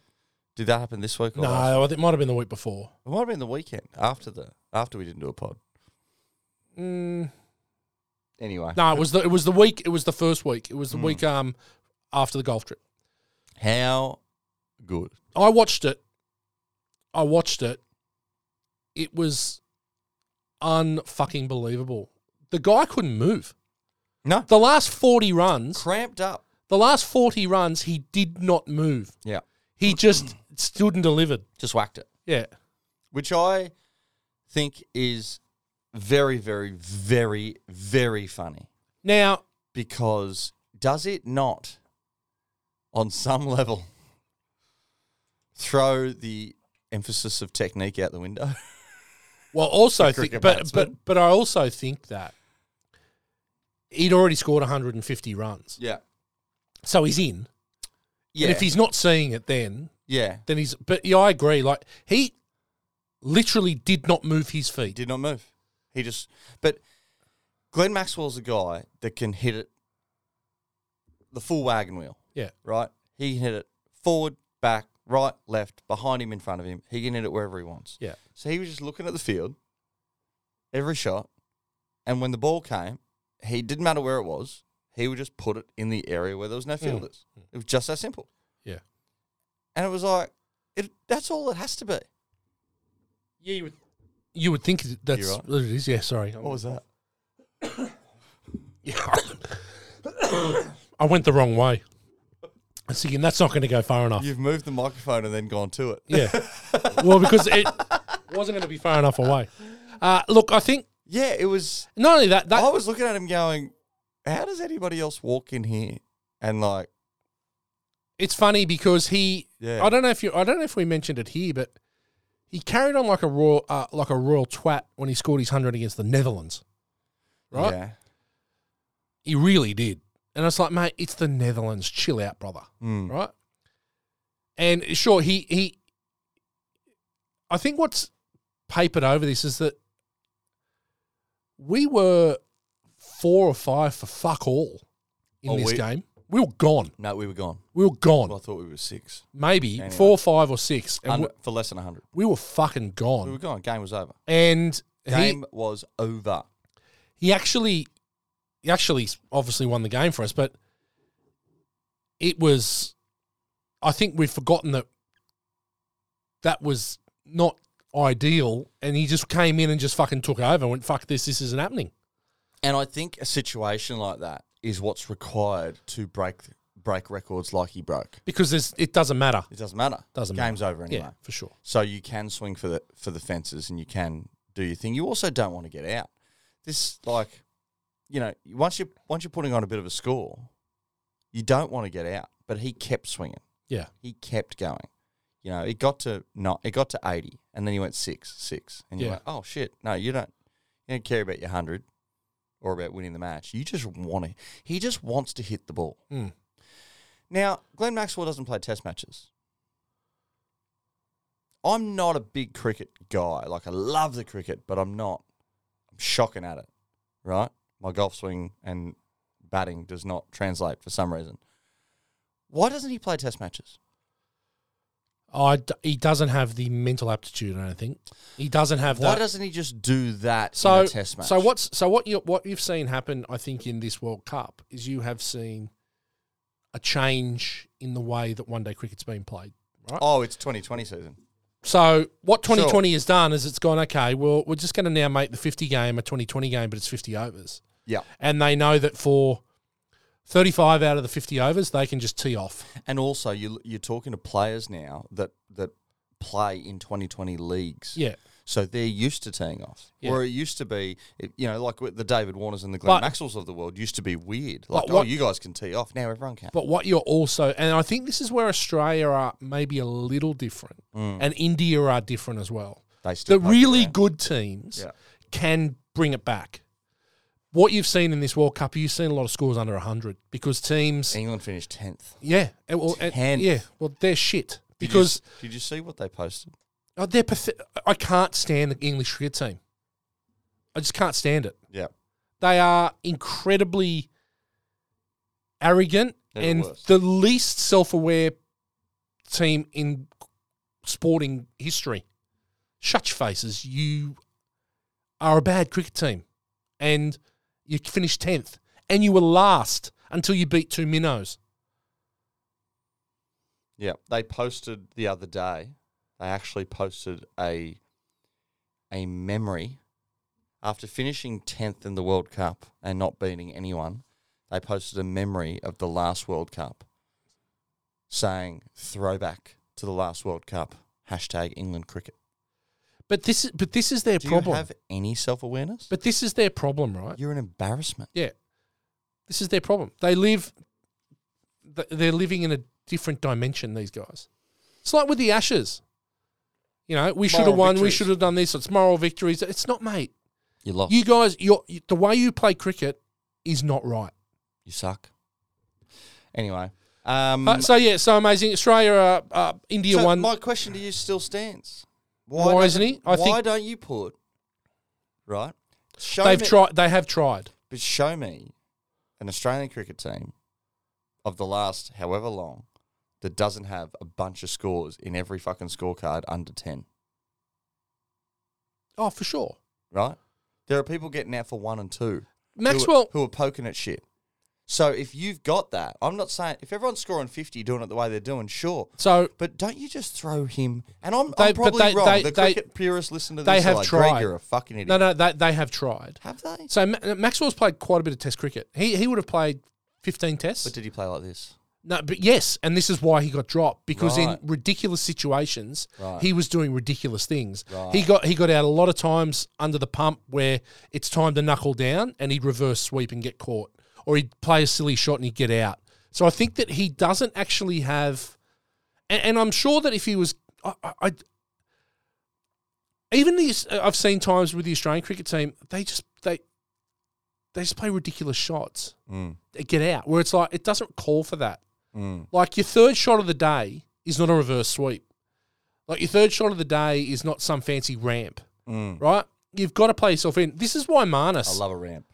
B: Did that happen this week? Or last
A: No, it might have been the week before.
B: It might have been the weekend after the after we didn't do a pod.
A: Mm,
B: Anyway,
A: no, it was the it was the week. It was the first week. It was the week um after the golf trip.
B: how good?
A: I watched it. I watched it. It was unfucking believable. The guy couldn't move.
B: No,
A: The last 40 runs,
B: cramped up.
A: the last 40 runs, he did not move.
B: Yeah, Mm.
A: He just stood and delivered.
B: just whacked it,
A: Yeah.
B: which I think is very, very, very, very funny
A: Now,
B: because does it not, on some level, throw the emphasis of technique out the window?
A: well, also
B: The
A: think,
B: cricket
A: but,
B: batsman.
A: but but I also think that he'd already scored 150 runs,
B: Yeah,
A: so he's in.
B: yeah,
A: And if he's not seeing it, then
B: yeah.
A: then he's. But yeah, I agree. Like he literally did not move his feet.
B: did not move. He just, but Glenn Maxwell's a guy that can hit it the full wagon wheel,
A: Yeah.
B: right? He can hit it forward, back, right, left, behind him, in front of him. He can hit it wherever he wants.
A: Yeah.
B: So he was just looking at the field, every shot, and when the ball came, he didn't matter where it was. He would just put it in the area where there was no
A: Hmm.
B: fielders. It was just that simple.
A: Yeah.
B: And it was like, it, that's all it has to be.
A: Yeah, you would. You would think that's
B: You right?
A: what it is. Yeah, sorry.
B: What was that?
A: Yeah. I went the wrong way. I was thinking that's not going to go far enough.
B: You've moved the microphone and then gone to it.
A: Yeah. well, because it wasn't going to be far enough away. Uh, look, I think
B: Yeah, it was.
A: not only that, that
B: I was looking at him going, how does anybody else walk in here? And like,
A: it's funny because he.
B: Yeah.
A: I don't know if you. I don't know if we mentioned it here, but he carried on like a royal, uh, like a royal twat when he scored his hundred against the Netherlands. Right?
B: yeah,
A: He really did, and it's like, mate, it's the Netherlands. Chill out, brother.
B: mm,
A: right? And sure, he he. I think what's papered over this is that we were four or five for fuck all in
B: Oh,
A: this
B: we-
A: game. We were gone.
B: no, we were gone.
A: We were gone.
B: Well, I thought we were six.
A: Maybe
B: anyway.
A: four, five, or six, and
B: Under, for less than 100.
A: we, we were fucking gone.
B: We were gone. Game was over.
A: and he,
B: Game was over.
A: he actually he actually obviously won the game for us, but it was I think we've forgotten that that was not ideal and he just came in and just fucking took over and went, fuck this, this isn't happening.
B: And I think a situation like that is what's required to break break records like he broke.
A: Because there's it doesn't matter.
B: It doesn't matter.
A: Doesn't
B: Game's over anyway.
A: Yeah, for sure.
B: So you can swing for the for the fences and you can do your thing. You also don't want to get out. This like, you know, once you once you're putting on a bit of a score, you don't want to get out. But he kept swinging.
A: Yeah.
B: He kept going. You know, it got to not it got to eighty, and then he went six, six, and you're
A: Yeah.
B: like, oh shit, no, you don't, you don't care about your hundred or about winning the match. You just want to. He just wants to hit the ball.
A: Mm.
B: Now, Glenn Maxwell doesn't play test matches. I'm not a big cricket guy. Like, I love the cricket, but I'm not. I'm shocking at it, right? My golf swing and batting does not translate for some reason. Why doesn't he play test matches?
A: I d he doesn't have the mental aptitude, I don't think. He doesn't have
B: Why
A: that.
B: doesn't he just do that
A: so
B: in a test match?
A: so what's so what you what you've seen happen I think in this World Cup is you have seen a change in the way that one day cricket's been played, right?
B: Oh, it's 2020 season.
A: So what 2020 has done is it's gone okay. Well, we're just going to now make the 50 game a 2020 game, but it's 50 overs,
B: Yeah.
A: and they know that for 35 out of the 50 overs, they can just tee off.
B: And also, you, you're talking to players now that, that play in 2020 leagues.
A: Yeah,
B: So they're used to teeing off.
A: Yeah.
B: Where it used to be, it- you know, like with the David Warners and the Glenn
A: But-
B: Maxwells of the world used to be weird. Like,
A: what-
B: oh, you guys can tee off. Now everyone can.
A: but what you're also, and I think this is where Australia are maybe a little different,
B: Mm.
A: and India are different as well.
B: They still
A: The
B: poke
A: really
B: around.
A: good teams
B: Yeah.
A: can bring it back. What you've seen in this World Cup, you've seen a lot of scores under 100 because teams,
B: England finished 10th.
A: yeah, and- well, and-
B: Tenth.
A: yeah, well, they're shit
B: Did you
A: because.
B: s- Did you see what they posted?
A: Oh, they're pathet- I can't stand the English cricket team. I just can't stand it.
B: Yeah.
A: They are incredibly arrogant
B: They're the
A: and
B: worst.
A: the least self-aware team in sporting history. Shut your faces. You are a bad cricket team, and you finished tenth, and you were last until you beat two minnows.
B: Yeah. They posted the other day, they actually posted a, a memory after finishing 10th in the World Cup and not beating anyone. They posted a memory of the last World Cup saying throwback to the last World Cup, hashtag England cricket.
A: But this is but this is their
B: Do
A: problem.
B: you have any self awareness?
A: but this is their problem, right?
B: You're an embarrassment.
A: Yeah. This is their problem. They live, th- they're living in a different dimension, these guys. It's like with the Ashes. You know, we should have
B: Moral
A: won, we
B: victories. Oh.
A: should have done this. It's moral victories. It's not, mate.
B: You lost. You,
A: You guys, you're, you, the way you play cricket is not right.
B: suck. Anyway. Um,
A: Uh, so, yeah, so amazing. Australia, uh, uh, India
B: so
A: won.
B: my question to you still stands.
A: Why isn't
B: doesn't-
A: he? I
B: why
A: think-
B: don't you pull it? Right? Show
A: They've
B: me,
A: tried. They have tried.
B: But show me an Australian cricket team of the last however long that doesn't have a bunch of scores in every fucking scorecard under 10.
A: Oh, for sure.
B: Right? There are people getting out for one and two.
A: Maxwell,
B: who are, who are poking at shit. So if you've got that, I'm not saying if everyone's scoring 50, doing it the way they're doing, sure.
A: so
B: But don't you just throw him? And I'm,
A: They-
B: I'm
A: but
B: probably
A: they-
B: wrong.
A: they-
B: the
A: they-
B: cricket purists listen to this.
A: they
B: are
A: have
B: like,
A: tried.
B: Greg, you're a fucking idiot.
A: no, no, they, they have tried.
B: Have they?
A: So Ma- Maxwell's played quite a bit of Test cricket. He he would have played 15 tests.
B: But did he play like this?
A: No, but yes, and this is why he got dropped because
B: Right.
A: in ridiculous situations,
B: Right.
A: he was doing ridiculous things.
B: Right.
A: He got he got out a lot of times under the pump where it's time to knuckle down, and he'd reverse sweep and get caught, or he'd play a silly shot and he'd get out. So I think that he doesn't actually have, and, and I'm sure that if he was, I, I, I even these I've seen times with the Australian cricket team, they just they they just play ridiculous shots
B: Mm.
A: get out where it's like it doesn't call for that.
B: Mm.
A: Like your third shot of the day is not a reverse sweep. Like your third shot of the day is not some fancy ramp,
B: Mm.
A: right? You've got to play yourself in. This is why
B: I
A: Marnus.
B: love a ramp.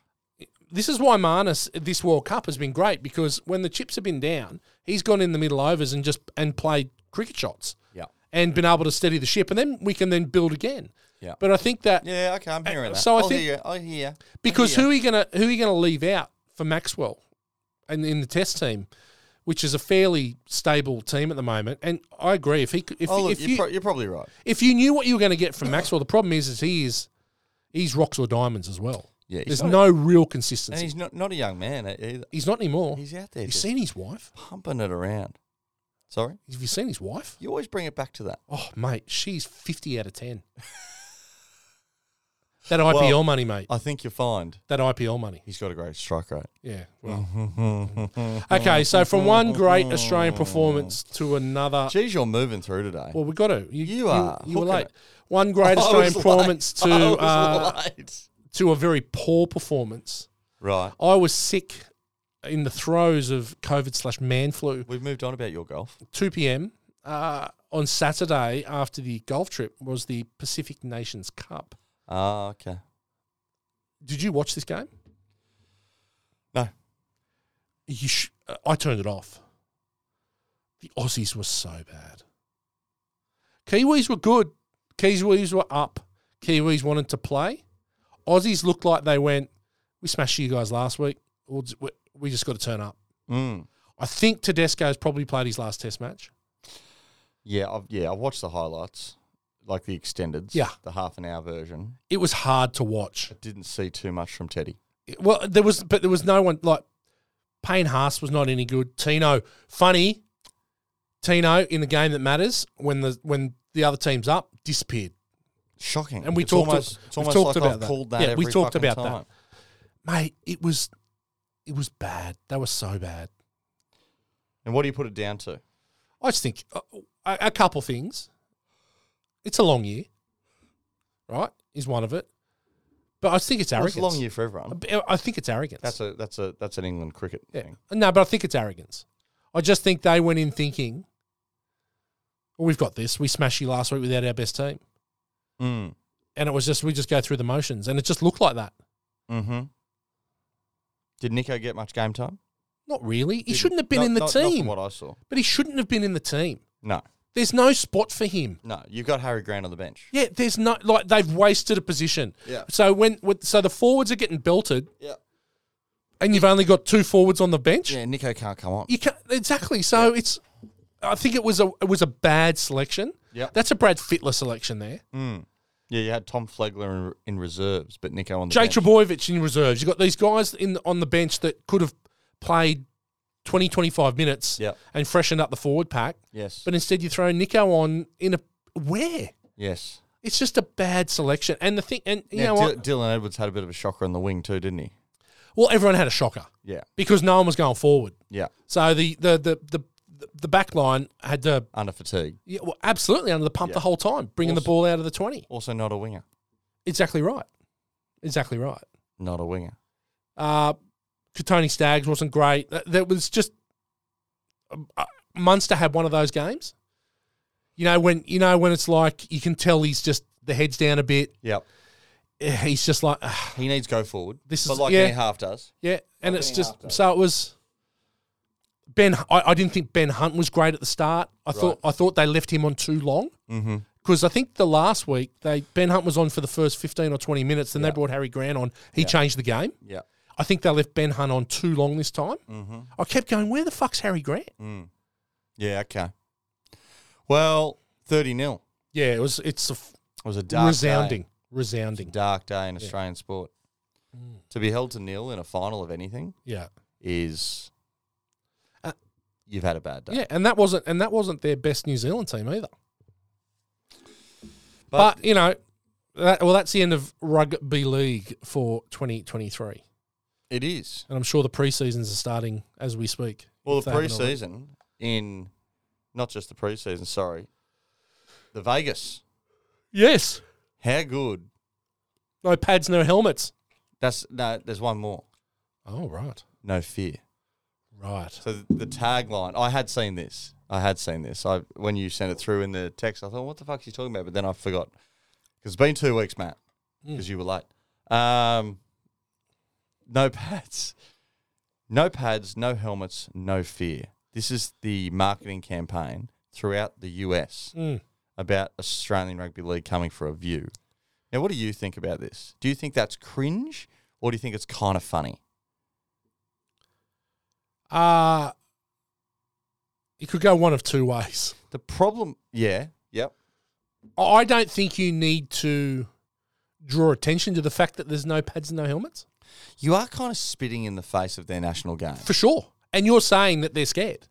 A: this is why Marnus at this World Cup has been great because when the chips have been down, he's gone in the middle overs and just and played cricket shots
B: Yeah.
A: and been able to steady the ship, and then we can then build again.
B: Yeah.
A: But I think that
B: Yeah, okay, I'm hearing that.
A: Uh, so I
B: I'll
A: think-
B: hear you. I hear. you.
A: Because
B: Yeah.
A: who are you gonna who are you gonna leave out for Maxwell, and in the test team, which is a fairly stable team at the moment. And I agree if he could- if
B: Oh, look,
A: if
B: you're,
A: you
B: pro- you're probably right.
A: if you knew what you were going to get from Maxwell, the problem is is he is he's rocks or diamonds as well.
B: Yeah, he's
A: there's
B: not-
A: no real
B: And
A: consistency. He's,
B: he's not not a young man e- either.
A: not anymore.
B: He's out there
A: You've
B: just
A: seen his wife.
B: pumping it around. Sorry,
A: Have you seen his wife?
B: you always bring it back to that.
A: Oh mate, she's fifty out of ten. that IPL
B: Well-
A: money, mate.
B: I think you'll find
A: That IPL money.
B: he's got a great strike rate.
A: Yeah. Well.
B: Mm-hmm.
A: okay, so from one great Australian performance to another.
B: Geez, you're moving through today.
A: Well, we got to. You,
B: are
A: You, were
B: hooking
A: late.
B: it.
A: One great
B: I
A: Australian
B: was late.
A: performance to
B: I was
A: uh,
B: late.
A: to a very poor performance.
B: Right,
A: I was sick in the throes of COVID slash man flu.
B: we've moved on about your golf.
A: 2 p.m. Uh, on Saturday after the golf trip was the Pacific Nations Cup.
B: Ah, okay.
A: Did you watch this game?
B: No.
A: You sh- uh, I turned it off. The Aussies were so bad. Kiwis were good. Kiwis were up. Kiwis wanted to play. Aussies looked like they went, we smashed you guys last week. We'll just, we- we just got to turn up.
B: Mm.
A: I think Tedesco's probably played his last test match.
B: Yeah, I've, yeah, I watched the highlights, like the extendeds.
A: Yeah.
B: the half an hour version.
A: It was hard to watch.
B: Didn't see too much from Teddy.
A: It- Well, there was, but there was no one like Payne Haas was not any good. Tino, funny, Tino in the game that matters when the when the other team's up disappeared.
B: Shocking.
A: And we
B: it's
A: talked-
B: almost, it's
A: we
B: almost
A: talked
B: like
A: about
B: I've
A: that.
B: called that.
A: Yeah, we
B: every
A: talked
B: fucking
A: about that.
B: time.
A: Mate, it was it was bad. They were so bad.
B: And what do you put it down to?
A: I just think uh, a, a couple things. It's a long year, right? Is one of it, but I think it's
B: Well,
A: arrogance.
B: it's a long year for everyone.
A: I think it's arrogance.
B: That's a that's a that's an England cricket
A: Yeah.
B: thing.
A: No, but I think it's arrogance. I just think they went in thinking, well, we've got this. We smashed you last week without our best team.
B: Mm.
A: And it was just, we just go through the motions. And it just looked like that.
B: Mm-hmm. Did Nico get much game time?
A: Not really. He
B: Didn't.
A: shouldn't have been
B: Not-
A: in the
B: not- Not
A: team.
B: from what I saw.
A: but he shouldn't have been in the team.
B: No,
A: There's no spot for him.
B: no. You've got Harry Grant on the bench.
A: Yeah, there's no, like, they've wasted a position.
B: Yeah.
A: So when, with, so the forwards are getting belted
B: Yeah.
A: and you've only got two forwards on the bench.
B: Yeah, Nico can't come on.
A: You can't, exactly. So it's, I think it was a, it was a bad selection.
B: Yeah.
A: That's a Brad Fittler selection there.
B: Yeah, you had Tom Flegler in, in reserves, but Nico on the
A: Jake
B: bench.
A: Trebojevic in reserves. You've got these guys in on the bench that could have played 20, 25 minutes
B: Yep.
A: and freshened up the forward pack.
B: Yes.
A: But instead, you throw Nico on in a where?
B: yes.
A: It's just a bad selection. And the thing, and you know
B: Now,
A: what?
B: Dy- Dylan Edwards had a bit of a shocker on the wing too, didn't he?
A: Well, everyone had a shocker
B: Yeah.
A: because no one was going forward.
B: Yeah.
A: So the the the the, the back line had to
B: Under fatigue.
A: yeah, well, absolutely under the pump
B: Yeah.
A: the whole time, bringing the
B: Awesome.
A: ball out of the twenty.
B: Also not a winger.
A: Exactly right. Exactly right.
B: Not a winger.
A: Uh, Katoni Staggs wasn't great. That, that was just um, uh, Munster had one of those games. You know when you know when it's like you can tell he's just the head's down a bit.
B: Yep.
A: Eh, He's just like "Ah,
B: He needs go forward.
A: This
B: but
A: is-
B: like
A: yeah.
B: any half does.
A: yeah, and
B: Not
A: it's
B: getting
A: just
B: after.
A: so it was. Ben, I, I didn't think Ben Hunt was great at the start. I thought I thought they left him on too long
B: Mm-hmm.
A: because I think the last week they Ben Hunt was on for the first fifteen or twenty minutes, then
B: Yeah.
A: they brought Harry Grant on. He
B: Yeah.
A: changed the game.
B: Yeah.
A: I think they left Ben Hunt on too long this time.
B: Mm-hmm.
A: I kept going, where the fuck's Harry Grant?
B: Mm. Yeah. Okay. Well, thirty 0
A: Yeah, it was. It's a f-
B: was a dark
A: resounding,
B: day.
A: resounding.
B: dark day in
A: Mm.
B: Australian sport. To be held to nil in a final of anything
A: Yeah,
B: is you've had a bad day.
A: Uh, Yeah, and that wasn't and that wasn't their best New Zealand team either. But, you know, that, well, that's the end of rugby league for 2023,
B: it is.
A: and I'm sure the preseasons are starting as we speak.
B: Well,
A: if
B: the
A: they haven't already.
B: preseason in not just the preseason, sorry, the Vegas.
A: Yes,
B: How good?
A: no pads, no helmets.
B: That's no. There's one more.
A: Oh right,
B: No fear.
A: right.
B: So th- the tagline. I had seen this. I had seen this. I when you sent it through in the text, I thought, "What the fuck is he talking about?" But then I forgot because it's been two weeks, Matt, because you were late. Um, no pads, no pads, no helmets, no fear. This is the marketing campaign throughout the US
A: Mm.
B: about Australian rugby league coming for a view. Now, what do you think about this? Do you think that's cringe, or do you think it's kind of funny?
A: Uh it could go one of two ways.
B: The problem, yeah, yep,
A: I I don't think you need to draw attention to the fact that there's no pads and no helmets
B: You are kind of spitting in the face of their national game.
A: for sure. And you're saying that they're scared.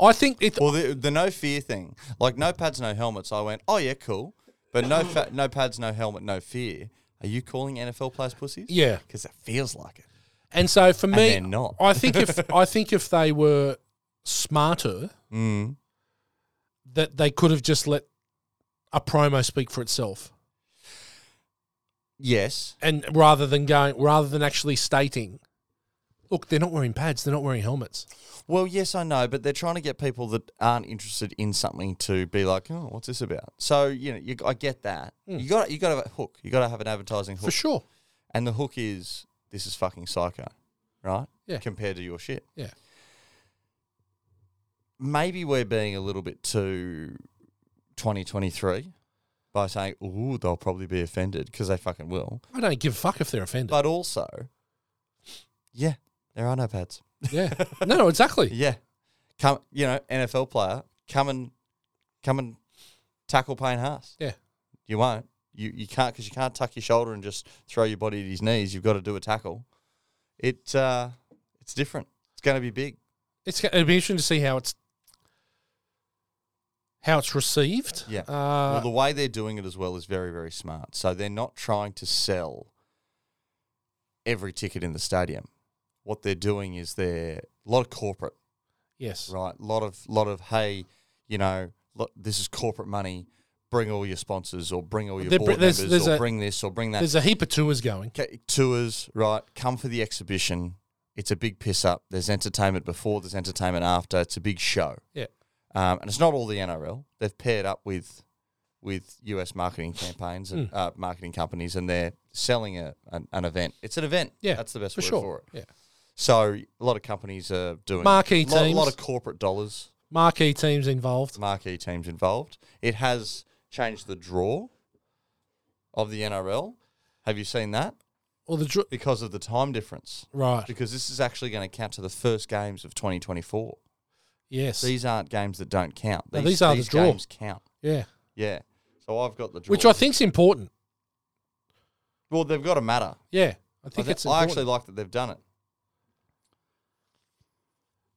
A: I think it.
B: Well, the, the no fear thing, like no pads, no helmets. I went, oh yeah, cool, but no fa- no pads, no helmet, no fear. Are you calling NFL players pussies?
A: Yeah,
B: because it feels like it.
A: and so for me,
B: they're not.
A: I think if I think if they were smarter,
B: Mm.
A: that they could have just let a promo speak for itself,
B: Yes,
A: and rather than going, rather than actually stating, look, they're not wearing pads, they're not wearing helmets.
B: Well, yes, I know, but they're trying to get people that aren't interested in something to be like, oh, what's this about? So you know, you, I get that. You got you got to have a hook. You got to have an advertising hook,
A: Mm. For sure.
B: and the hook is this is fucking psycho, right?
A: Yeah.
B: Compared to your shit.
A: Yeah.
B: maybe we're being a little bit too 2023 by saying, ooh, they'll probably be offended because they fucking will.
A: I don't give a fuck if they're offended.
B: But also, yeah, there are no pads.
A: yeah. No, exactly.
B: Yeah. Come, you know, NFL player, come and come and tackle Payne Haas.
A: Yeah.
B: You won't. You you can't because you can't tuck your shoulder and just throw your body at his knees. You've got to do a tackle. It uh, it's different. It's going to be big.
A: It's it'd be interesting to see how it's how it's received.
B: Yeah. well,
A: Uh,
B: the way they're doing it as well is very, very smart. So they're not trying to sell every ticket in the stadium. What they're doing is they're a lot of corporate,
A: yes.
B: right? A lot of lot of hey, you know, lo this is corporate money. Bring all your sponsors, or bring all your
A: There-
B: board
A: there's-
B: members,
A: there's
B: or
A: a-
B: bring this, or bring that.
A: There's a heap of tours going.
B: Okay, tours, right? Come for the exhibition. It's a big piss up. There's entertainment before. There's entertainment after. It's a big show.
A: Yeah.
B: Um, and it's not all the NRL. They've paired up with with US marketing campaigns
A: Hmm.
B: and uh, marketing companies, and they're selling a, an, an event. It's an event.
A: Yeah,
B: that's the best
A: For
B: word
A: sure.
B: for it.
A: Yeah.
B: So a lot of companies are doing
A: Marquee
B: lot, a lot
A: teams.
B: of corporate dollars,
A: Marquee teams involved.
B: marquee teams involved. It has changed the draw of the NRL. Have you seen that?
A: Or the dr-
B: Because of the time difference.
A: right.
B: Because this is actually going to count to the first games of 2024.
A: Yes.
B: These aren't games that don't count.
A: No, these are the draw.
B: games count.
A: yeah.
B: Yeah. So I've got the draw.
A: Which I think's important.
B: well, they've got to matter.
A: Yeah. I
B: I,
A: think
B: thi-
A: it's
B: I
A: important.
B: actually like that they've done it.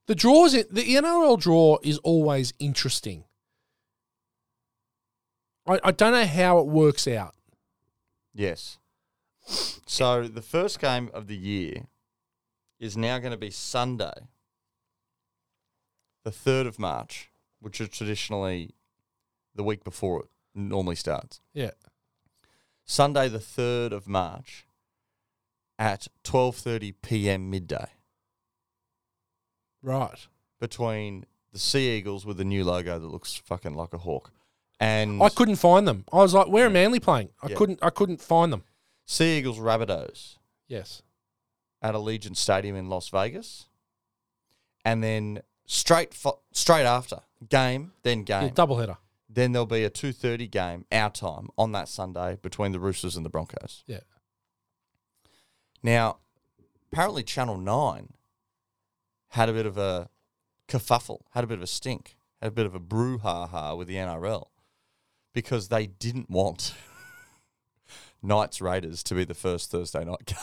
A: the draws in, the NRL draw is always interesting. I, I don't know how it works out.
B: Yes. So the first game of the year is now going to be Sunday, the 3rd of March, which is traditionally the week before it normally starts.
A: Yeah.
B: Sunday the 3rd of March at 12:30 p.m. midday
A: Right.
B: between the Sea Eagles with the new logo that looks fucking like a hawk and
A: I couldn't find them. I was like, where are Manly playing? I
B: Mm. Yeah.
A: couldn't I couldn't find them.
B: Sea Eagles Rabbitohs
A: Yes.
B: at Allegiant Stadium in Las Vegas. And then straight fo- straight after game, then game.
A: Yeah, double header.
B: then there'll be a 2:30 game our time on that Sunday between the Roosters and the Broncos.
A: Yeah.
B: Now, apparently Channel 9 had a bit of a kerfuffle, had a bit of a stink, had a bit of a brouhaha with the NRL because they didn't want Knights Raiders to be the first Thursday night game.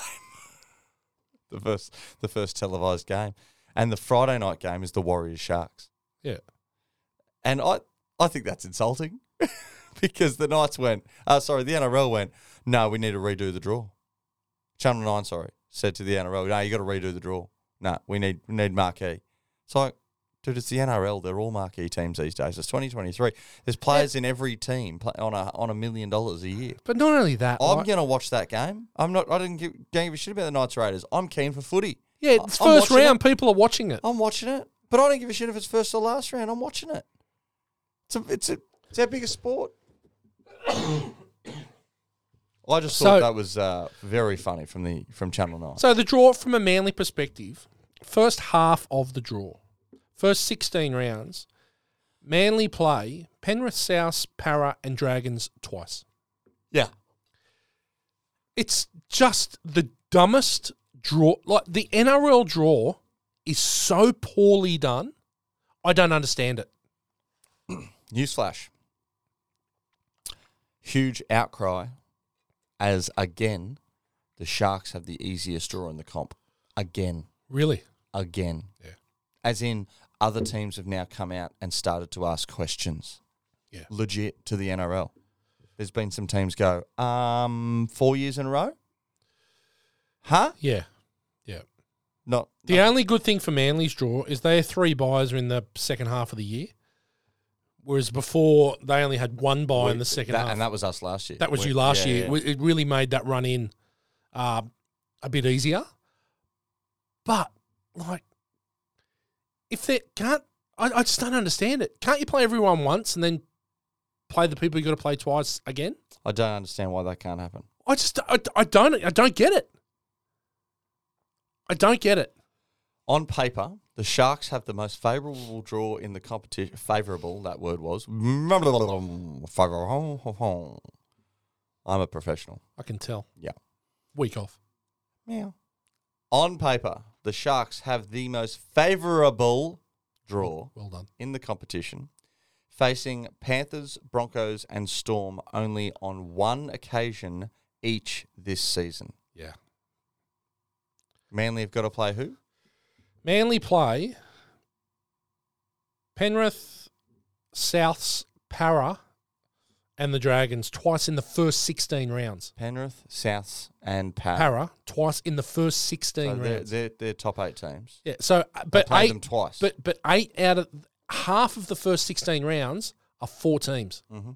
B: the first the first televised game. And the Friday night game is the Warriors Sharks.
A: Yeah.
B: And I, I think that's insulting because the Knights went, uh, sorry, the NRL went, no, we need to redo the draw. Channel 9, sorry, said to the NRL, no, you got to redo the draw. No, we need, we need marquee. It's like, dude, it's the NRL. They're all marquee teams these days. It's 2023. There's players in every team pla on a, on a million dollars a year.
A: But not only that,
B: I'm
A: like-
B: going to watch that game. I'm not, I didn't give, don't give a shit about the Knights Raiders. I'm keen for footy.
A: yeah, it's
B: I'm
A: first
B: watching it. Oh.
A: round. People are watching it.
B: I'm watching it, but I don't give a shit if it's first or last round. I'm watching it. It's a, it's a, it's our biggest sport. I just thought
A: So-
B: that was uh, very funny from the from Channel Nine.
A: So the draw from a manly perspective, first half of the draw, first 16 rounds, Manly play Penrith, South, Para, and Dragons twice.
B: yeah,
A: It's just the dumbest draw. Like the NRL draw is so poorly done. I don't understand it.
B: newsflash. Huge outcry, as again, the Sharks have the easiest draw in the comp. Again,
A: Really?
B: again.
A: Yeah.
B: As in, other teams have now come out and started to ask questions.
A: Yeah.
B: Legit to the NRL. There's been some teams go, um, four years in a row? Huh?
A: Yeah. Yeah.
B: Not.
A: The only good thing for Manly's draw is their three buys are in the second half of the year, whereas before they only had one buy Oh, in the second
B: that,
A: half.
B: And that was us last year.
A: That was
B: We-
A: you last
B: yeah,
A: year.
B: yeah.
A: We- It really made that run in uh, a bit easier. But like, if they can't, I, I just don't understand it. Can't you play everyone once and then play the people you got to play twice again?
B: I don't understand why that can't happen.
A: I just, I, I don't, I don't get it. I don't get it.
B: On paper, the Sharks have the most favourable draw in the competition. Favourable, that word was. Favourable. I'm a professional.
A: I can tell.
B: Yeah.
A: Week off.
B: Meow. On paper, the Sharks have the most favourable draw
A: Well done.
B: in the competition, facing Panthers, Broncos, and Storm only on one occasion each this season.
A: Yeah.
B: Manly have got to play who?
A: Manly play. Penrith, Souths, Para, and the Dragons twice in the first 16 rounds.
B: Penrith, Souths, and Para.
A: Para twice in the first
B: Ah. So
A: 16
B: they're,
A: rounds.
B: they're, they're top eight teams.
A: yeah, so uh, but
B: Play them
A: eight
B: twice.
A: but but eight out of half of the first 16 rounds are four teams.
B: Mhm.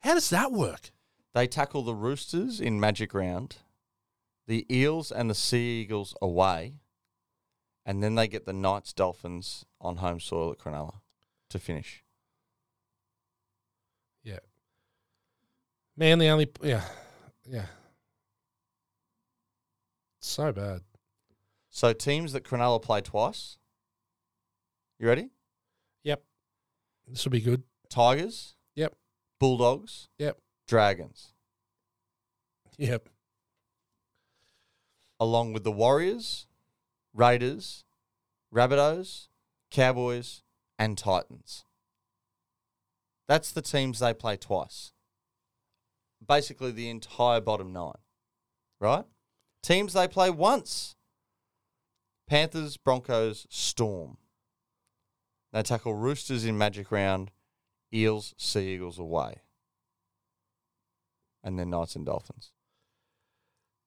A: How does that work?
B: They tackle the Roosters in Magic Round, the Eels and the Sea Eagles away, and then they get the Knights Dolphins on home soil at Cronulla to finish.
A: Yeah. Manly only yeah. Yeah. So bad.
B: So teams that Cronulla play twice. You ready?
A: Yep. This will be good.
B: Tigers,
A: Yep.
B: Bulldogs,
A: Yep.
B: Dragons,
A: Yep.
B: along with the Warriors, Raiders, Rabbitohs, Cowboys, and Titans. That's the teams they play twice. Basically, the entire bottom nine, right? Teams they play once Panthers, Broncos, Storm. They tackle Roosters in Magic Round, Eels, Sea Eagles away, and then Knights and Dolphins.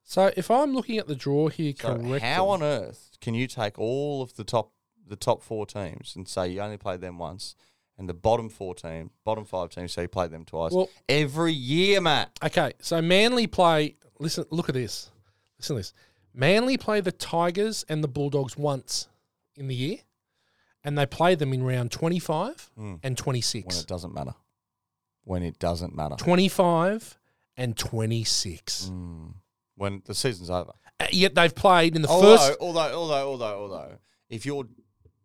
A: So if I'm looking at the draw here
B: So
A: correctly,
B: how on earth can you take all of the top the top four teams and say you only played them once, and the bottom four team, bottom five teams say you played them twice
A: Well-
B: every year, Matt?
A: Okay, so Manly play. Listen, look at this. Listen to this. Manly play the Tigers and the Bulldogs once in the year, and they play them in round 25 and
B: Hmm. When
A: 26.
B: it doesn't matter, when it doesn't matter,
A: 25 and 26.
B: Hmm. when the season's over.
A: Uh, Yet they've played in the
B: Although,
A: first.
B: although, although, although, although, if you're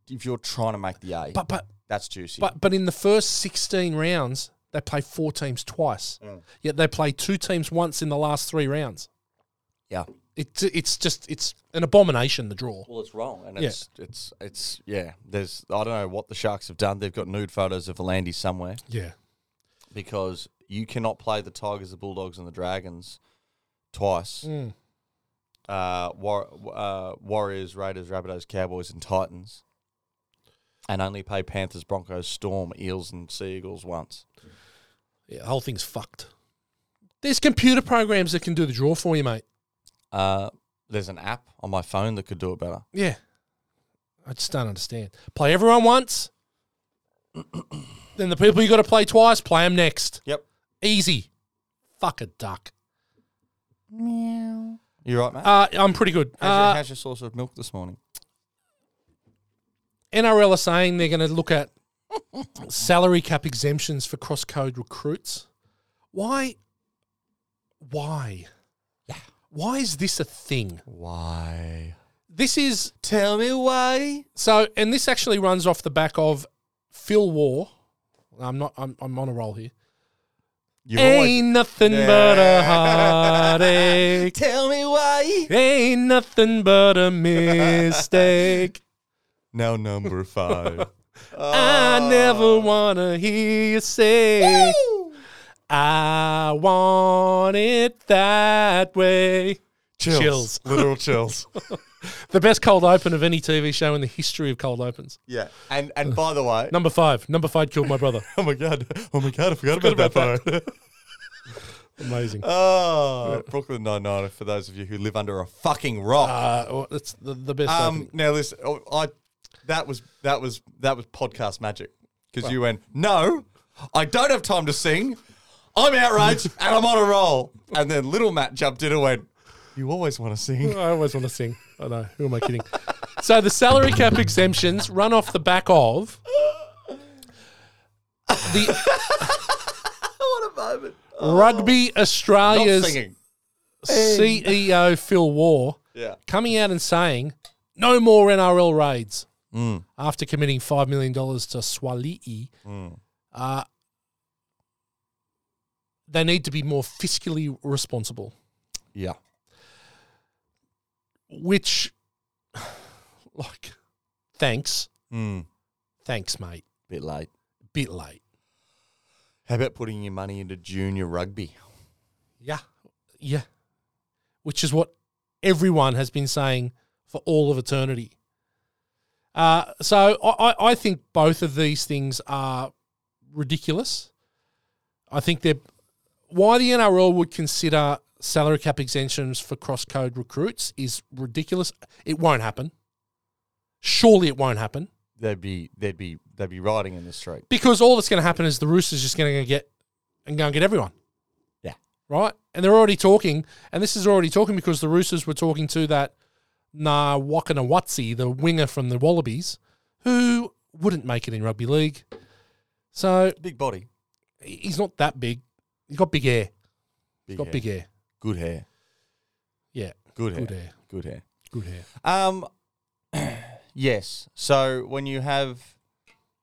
B: if you're trying to make the A,
A: But, but,
B: that's juicy.
A: but, but in the first 16 rounds, they play four teams twice.
B: Hmm.
A: Yet they play two teams once in the last three rounds.
B: yeah,
A: It's, it's just, it's an abomination, the draw.
B: well, it's wrong, and
A: Yeah.
B: it's it's it's yeah. There's I don't know what the sharks have done. They've got nude photos of Landy somewhere.
A: Yeah.
B: because you cannot play the Tigers, the Bulldogs, and the Dragons twice.
A: Mm.
B: Uh, War- uh, Warriors, Raiders, Rabbitohs, Cowboys, and Titans. and only pay Panthers, Broncos, Storm, Eels, and Seagulls once.
A: Yeah, the whole thing's fucked. There's computer programs that can do the draw for you, mate.
B: Uh, there's an app on my phone that could do it better.
A: Yeah. I just don't understand. Play everyone once. then the people you got to play twice, play them next.
B: Yep.
A: Easy. Fuck a duck.
B: You right, mate?
A: Uh, I'm pretty good.
B: how's,
A: Uh,
B: your, how's your saucer of milk this morning?
A: NRL are saying they're going to look at salary cap exemptions for cross code recruits. Why? Why? Why is this a thing?
B: Why?
A: This is
B: Tell me why.
A: so, and this actually runs off the back of Phil War. I'm not. I'm, I'm on a roll here.
B: You always
A: Ain't nothing but a heartache.
B: tell me why.
A: Ain't nothing but a mistake.
B: Now number five. Oh.
A: I never wanna hear you say. I want it that way.
B: chills.
A: Chills.
B: Literal chills.
A: The best cold open of any TV show in the history of cold opens.
B: yeah. And and by the way,
A: Number five. Number five killed my brother.
B: oh my god, oh my god, I forgot, about, that part.
A: Amazing.
B: oh, Brooklyn Nine Nine. For those of you who live under a fucking rock.
A: Uh, well, that's the, the best.
B: Um,
A: opening.
B: now listen, oh, I that was that was that was podcast magic because you went no, I don't have time to sing. I'm outraged and I'm on a roll. And then little Matt jumped in and went, "You always want to sing."
A: I always want to sing. I know. Who am I kidding? so the salary cap exemptions run off the back of the
B: what a moment!
A: Rugby
B: Oh. Not
A: Australia's
B: singing.
A: CEO Phil War
B: Yeah.
A: coming out and saying no more NRL raids
B: Mm.
A: after committing five million dollars to Swali'i.
B: Mm.
A: Uh, they need to be more fiscally responsible,
B: Yeah.
A: which, like, thanks,
B: Mm.
A: thanks, mate.
B: Bit late.
A: Bit late.
B: How about putting your money into junior rugby?
A: Yeah, yeah. Which is what everyone has been saying for all of eternity. Uh, so I, I- I think both of these things are ridiculous. I think they're why the NRL would consider salary cap exemptions for cross code recruits is ridiculous. It won't happen. Surely it won't happen
B: They'd be they'd be they'd be riding in the street.
A: because all that's going to happen is the Roosters just going to get and go and get everyone.
B: Yeah.
A: right? And they're already talking, and this is already talking because the Roosters were talking to that Nah Wakanawatsi, the winger from the Wallabies, who wouldn't make it in rugby league. So
B: Big body.
A: he- he's not that big. He's got big hair.
B: Big
A: He's got
B: hair.
A: big hair.
B: Good hair.
A: Yeah,
B: Good hair.
A: good hair.
B: Good hair.
A: Good hair.
B: Um, yes. So when you have,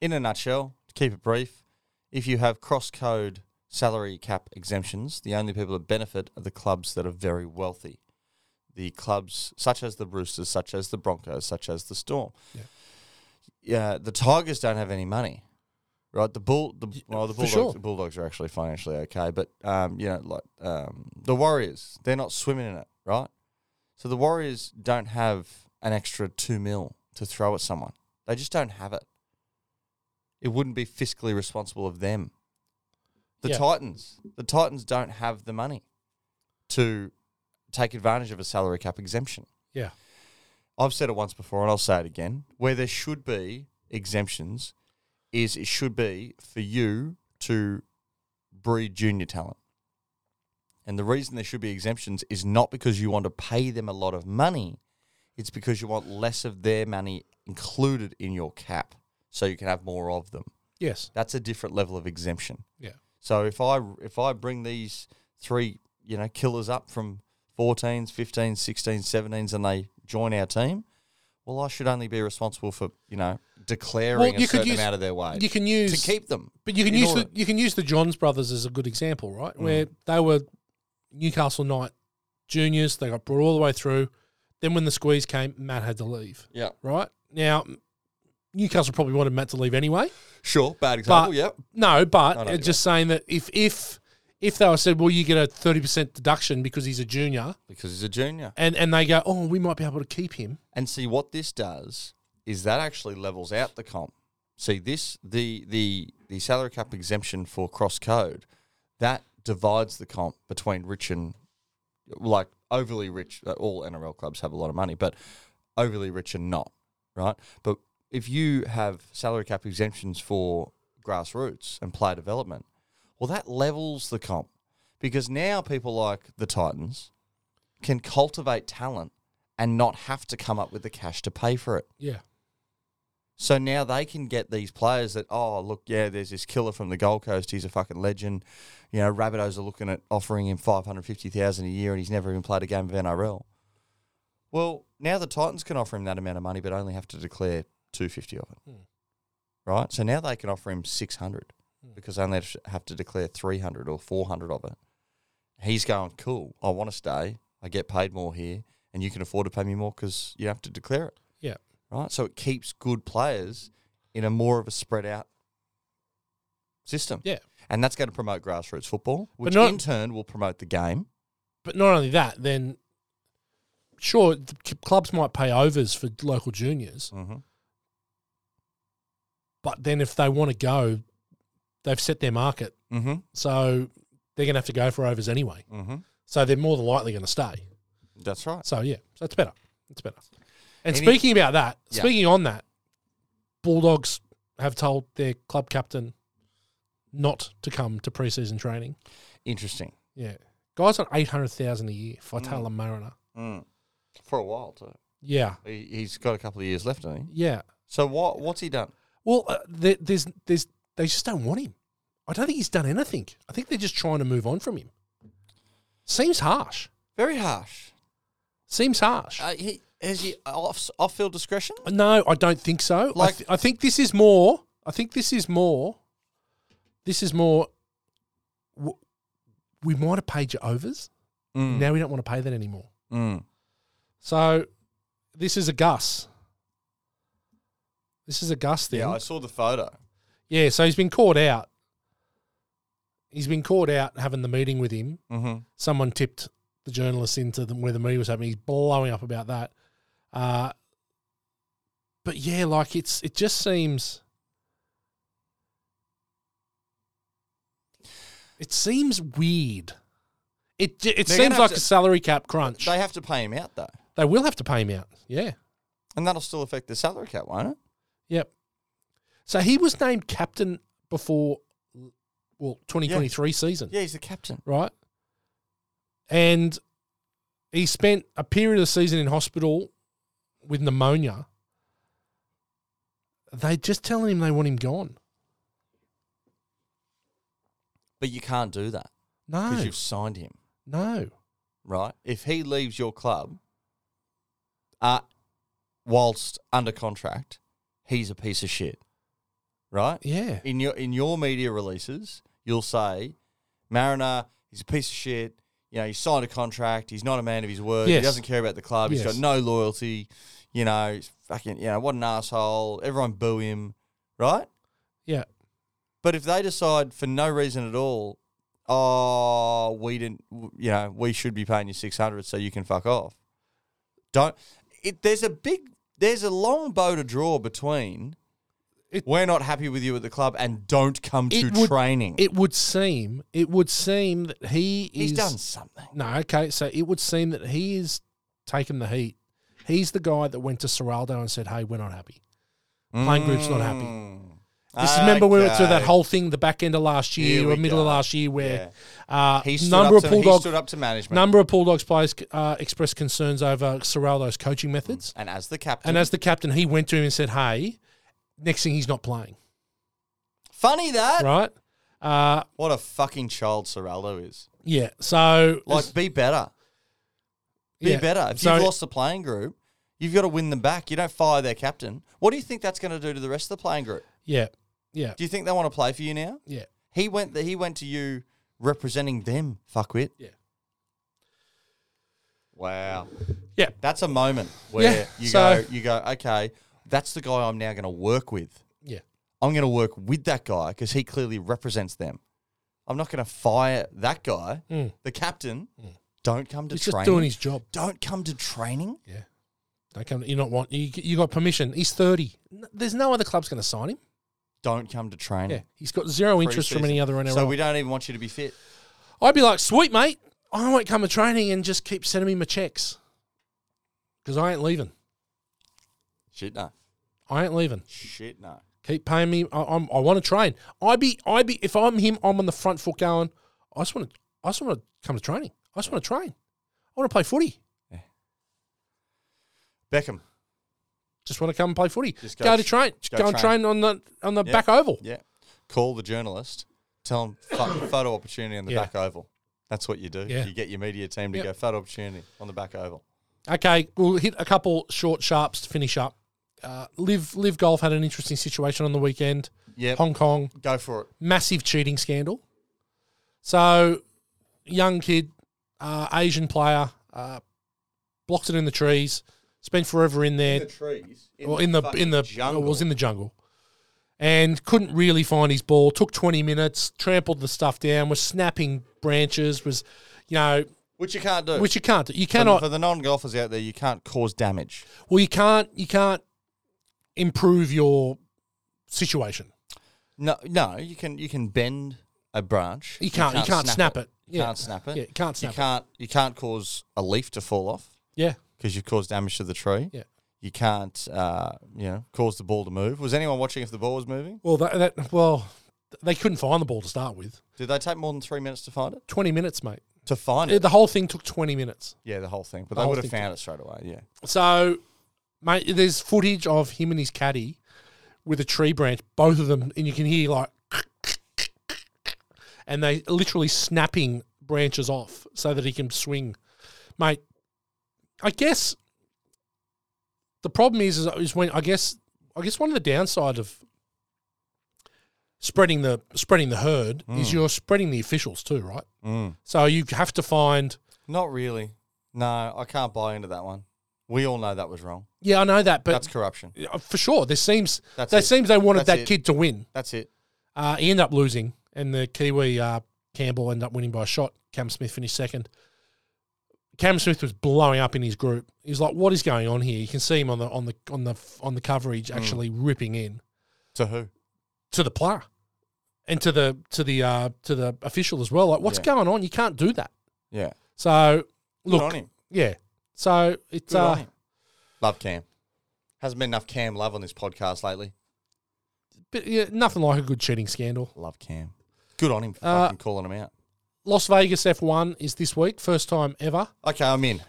B: in a nutshell, to keep it brief, if you have cross code salary cap exemptions, the only people that benefit are the clubs that are very wealthy. The clubs such as the Roosters, such as the Broncos, such as the Storm.
A: Yeah.
B: Yeah, the Tigers don't have any money. Right, the bull, the, well, the
A: for
B: bulldogs,
A: sure.
B: the bulldogs are actually financially okay, but um, you know, like um, the Warriors, they're not swimming in it, right? So the Warriors don't have an extra two mil to throw at someone. They just don't have it. It wouldn't be fiscally responsible of them. The
A: Yeah.
B: Titans, the Titans don't have the money to take advantage of a salary cap exemption.
A: Yeah,
B: I've said it once before and I'll say it again. Where there should be exemptions is it should be for you to breed junior talent. And the reason there should be exemptions is not because you want to pay them a lot of money, it's because you want less of their money included in your cap so you can have more of them.
A: yes,
B: That's a different level of exemption.
A: yeah,
B: So if I if I bring these three, you know, killers up from 14s, 15s, 16s, 17s and they join our team, well I should only be responsible for, you know, declaring
A: Well,
B: a
A: you could
B: certain
A: use-
B: amount of their way
A: you can
B: to
A: use,
B: keep them.
A: but you can
B: in
A: use
B: order.
A: the, you can use the Johns brothers as a good example, right? Where they were Newcastle Knight juniors, they got brought all the way through. Then when the squeeze came, Matt had to leave.
B: Yeah.
A: right? Now, Newcastle probably wanted Matt to leave anyway.
B: Sure, bad example, yep.
A: No, but
B: No, no,
A: it's just saying that if if if they were said, well, you get a thirty percent deduction because he's a junior,
B: Because he's a junior.
A: and and they go, oh, we might be able to keep him.
B: And see what this does is that actually levels out the comp. see this the the the salary cap exemption for cross code that divides the comp between rich and like overly rich. uh, All NRL clubs have a lot of money, but overly rich and not right. But if you have salary cap exemptions for grassroots and player development, well, that levels the comp because now people like the Titans can cultivate talent and not have to come up with the cash to pay for it.
A: Yeah.
B: So now they can get these players that, oh, look, yeah, there's this killer from the Gold Coast. He's a fucking legend. You know, Rabbitohs are looking at offering him 550000 a year and he's never even played a game of NRL. Well, now the Titans can offer him that amount of money but only have to declare 250 of
A: Hmm.
B: it. Right? So now they can offer him 600
A: Hmm.
B: because they only have to declare 300 or 400 of it. He's going, cool, I want to stay. I get paid more here and you can afford to pay me more because you have to declare it
A: Yeah.
B: right? So it keeps good players in a more of a spread out system.
A: Yeah.
B: And that's going to promote grassroots football, which
A: not-
B: in turn will promote the game.
A: But not only that, then sure, the c- clubs might pay overs for local juniors,
B: Mm-hmm.
A: but then if they want to go, they've set their market.
B: Mm-hmm.
A: So they're going to have to go for overs anyway.
B: Mm-hmm.
A: So they're more than likely going to stay.
B: That's right.
A: So yeah, so it's better. It's better. And
B: Any-
A: speaking about that,
B: Yeah.
A: speaking on that, Bulldogs have told their club captain not to come to preseason training.
B: Interesting.
A: Yeah, guys on eight hundred thousand a year. Vitala Mariner.
B: Mm. For a while, too.
A: Yeah,
B: He, he's got a couple of years left, hasn't he?
A: yeah.
B: So what? What's he done?
A: Well, uh, there, there's there's they just don't want him. I don't think he's done anything. I think they're just trying to move on from him. Seems harsh.
B: Very harsh.
A: Seems harsh.
B: Uh, he has he off off field discretion.
A: No, I don't think so. I,
B: Like-
A: th- I think this is more. I think this is more. This is more. w- We might have paid you overs.
B: Mm.
A: Now we don't want to pay that anymore.
B: Mm.
A: So this is a Gus. This is a Gus thing.
B: Yeah, I
A: Yeah,
B: saw the photo.
A: so he's been caught out. He's been caught out having the meeting with him.
B: Mm-hmm.
A: Someone tipped the journalist into the, where the meeting was happening. He's blowing up about that. Uh, but yeah, like it's it just seems it seems weird. It j- it
B: They're gonna
A: seems
B: have
A: like
B: to-
A: a salary cap crunch. They,
B: They have to pay him out though,
A: will have to pay him out. Yeah.
B: and that'll still affect the salary cap, won't it?
A: Yep. So he was named captain before well, 2023 season,
B: Yeah, he's the captain.
A: right? And he spent a period of the season in hospital with pneumonia. They just telling him they want him gone.
B: But you can't do that.
A: No,
B: because you've signed him,
A: no.
B: right? If he leaves your club, uh, whilst under contract, he's a piece of shit, right?
A: Yeah,
B: In your in your media releases, you'll say Mariner he's a piece of shit. You know, he signed a contract. He's not a man of his word.
A: Yes.
B: He doesn't care about the club.
A: Yes.
B: He's got no loyalty. You know, he's fucking. You know, what an asshole. Everyone boo him, right?
A: yeah,
B: But if they decide for no reason at all, oh, we didn't, you know, we should be paying you six hundred, so you can fuck off. Don't. It, there's a big, there's a long bow to draw between.
A: It-
B: we're not happy with you at the club, and don't come to
A: It would-
B: training.
A: it would seem it would seem that he is
B: He's done something.
A: No, okay. So it would seem that he is taking the heat. He's the guy that went to Seraldo and said, "Hey, we're not happy. Playing group's not happy." This is remember we went through that whole thing, the back end of last year
B: Here
A: or
B: we
A: middle of
B: go.
A: last year, where uh,
B: He stood
A: number
B: up
A: of
B: to, he
A: Bulldogs
B: stood up to management,
A: number of Bulldogs players uh, expressed concerns over Seraldo's coaching methods,
B: and as the captain.
A: and as the captain, he went to him and said, "Hey, next thing he's not playing,
B: funny that
A: right?" Uh,
B: what a fucking child Serraldo is.
A: yeah. So
B: Like, be better. Be
A: yeah.
B: better. If
A: So-
B: you've lost the playing group, you've got to win them back. You don't fire their captain. What do you think that's going to do to the rest of the playing group?
A: yeah, yeah,
B: Do you think they want to play for you now?
A: yeah.
B: He went. The, he went to you representing them. Fuckwit.
A: Yeah.
B: Wow.
A: Yeah.
B: That's a moment where
A: Yeah,
B: you
A: so-
B: go. You go. Okay, that's the guy I'm now going to work with.
A: Yeah.
B: I'm going to work with that guy because he clearly represents them. I'm not going to fire that guy,
A: Mm.
B: the captain. Don't come to
A: He's
B: training.
A: just doing his job.
B: Don't come to training.
A: Yeah. They come, you're not want you, you got permission. He's 30. N- There's no other club's going to sign him.
B: Don't come to training.
A: Yeah, he's got zero interest from
B: Pre-season.
A: any other NRL.
B: So we don't even want you to be fit.
A: I'd be like, sweet mate, I won't come to training and just keep sending me my checks because I ain't leaving.
B: Shit no.
A: I ain't leaving.
B: Shit no.
A: Keep paying me. I, I'm, I want to train. I be, I be. If I'm him, I'm on the front foot going. I just want to. I just want to come to training. I just want to train. I want to play footy.
B: Beckham.
A: Just want to come and play footy.
B: Just
A: go,
B: go
A: to
B: tr-
A: train. Just go,
B: go
A: and
B: train.
A: train on the on the
B: Yeah.
A: back oval.
B: Yeah. Call the journalist. Tell him photo opportunity on the
A: Yeah.
B: back oval. That's what you do.
A: Yeah.
B: You get your media team to
A: Yep.
B: go photo opportunity on the back oval.
A: Okay, we'll hit a couple short sharps to finish up. Uh, live live golf had an interesting situation on the weekend.
B: Yeah.
A: Hong Kong
B: Go for it.
A: massive cheating scandal. So, young kid, uh, Asian player, uh, blocked it in the trees, spent forever in there,
B: trees. In
A: well, in the in the jungle. was in the jungle, and couldn't really find his ball. Took twenty minutes, trampled the stuff down, was snapping branches, was, you know,
B: Which you can't do.
A: which you can't. do. You
B: For the-
A: cannot.
B: for the non golfers out there, you can't cause damage.
A: Well, you can't. You can't improve your situation.
B: No, no, you can you can bend a branch.
A: You can't. You can't, snap, it.
B: You can't snap it.
A: Yeah, you can't snap
B: you can't. You can't cause a leaf to fall off
A: it. Yeah.
B: because you've caused damage to the tree.
A: Yeah.
B: You can't, uh, you know, cause the ball to move. Was anyone watching if the ball was moving?
A: Well, that, that well, they couldn't find the ball to start with.
B: Did they take more than three minutes to find it?
A: Twenty minutes, mate.
B: To find
A: Yeah,
B: it,
A: The whole thing took twenty minutes.
B: yeah, the whole thing. But
A: the
B: they
A: whole
B: would have
A: thing
B: found it straight away. Yeah,
A: So, mate, there's footage of him and his caddy with a tree branch, both of them, and you can hear like, and they literally snapping branches off so that he can swing. Mate, I guess the problem is is- is when I guess I guess one of the downside of spreading the spreading the herd is you're spreading the officials too, right? So you have to find
B: not really. No, I can't buy into that one. We all know that was wrong.
A: yeah, I know that, but
B: That's corruption.
A: Yeah, for sure. There seems
B: That's
A: there
B: it.
A: seems they wanted that
B: That's it.
A: kid to win.
B: That's it.
A: Uh, he ended up losing, and the Kiwi uh, Campbell ended up winning by a shot. Cam Smith finished second. Cam Smith was blowing up in his group. He's like, "What is going on here?" You can see him on the on the on the on the coverage
B: Hmm.
A: actually ripping in
B: To who?
A: to the player and to the to the uh, to the official as well. Like, what's
B: Yeah.
A: going on? You can't do that.
B: Yeah.
A: So
B: Good
A: look,
B: on him.
A: yeah. So it's
B: Good on
A: uh,
B: him. Love Cam. Hasn't been enough Cam love on this podcast lately.
A: bit, yeah, nothing like a good cheating scandal.
B: Love Cam. Good on him for
A: Uh,
B: fucking calling him out.
A: Las Vegas F1 is this week, first time ever.
B: Okay, I'm in.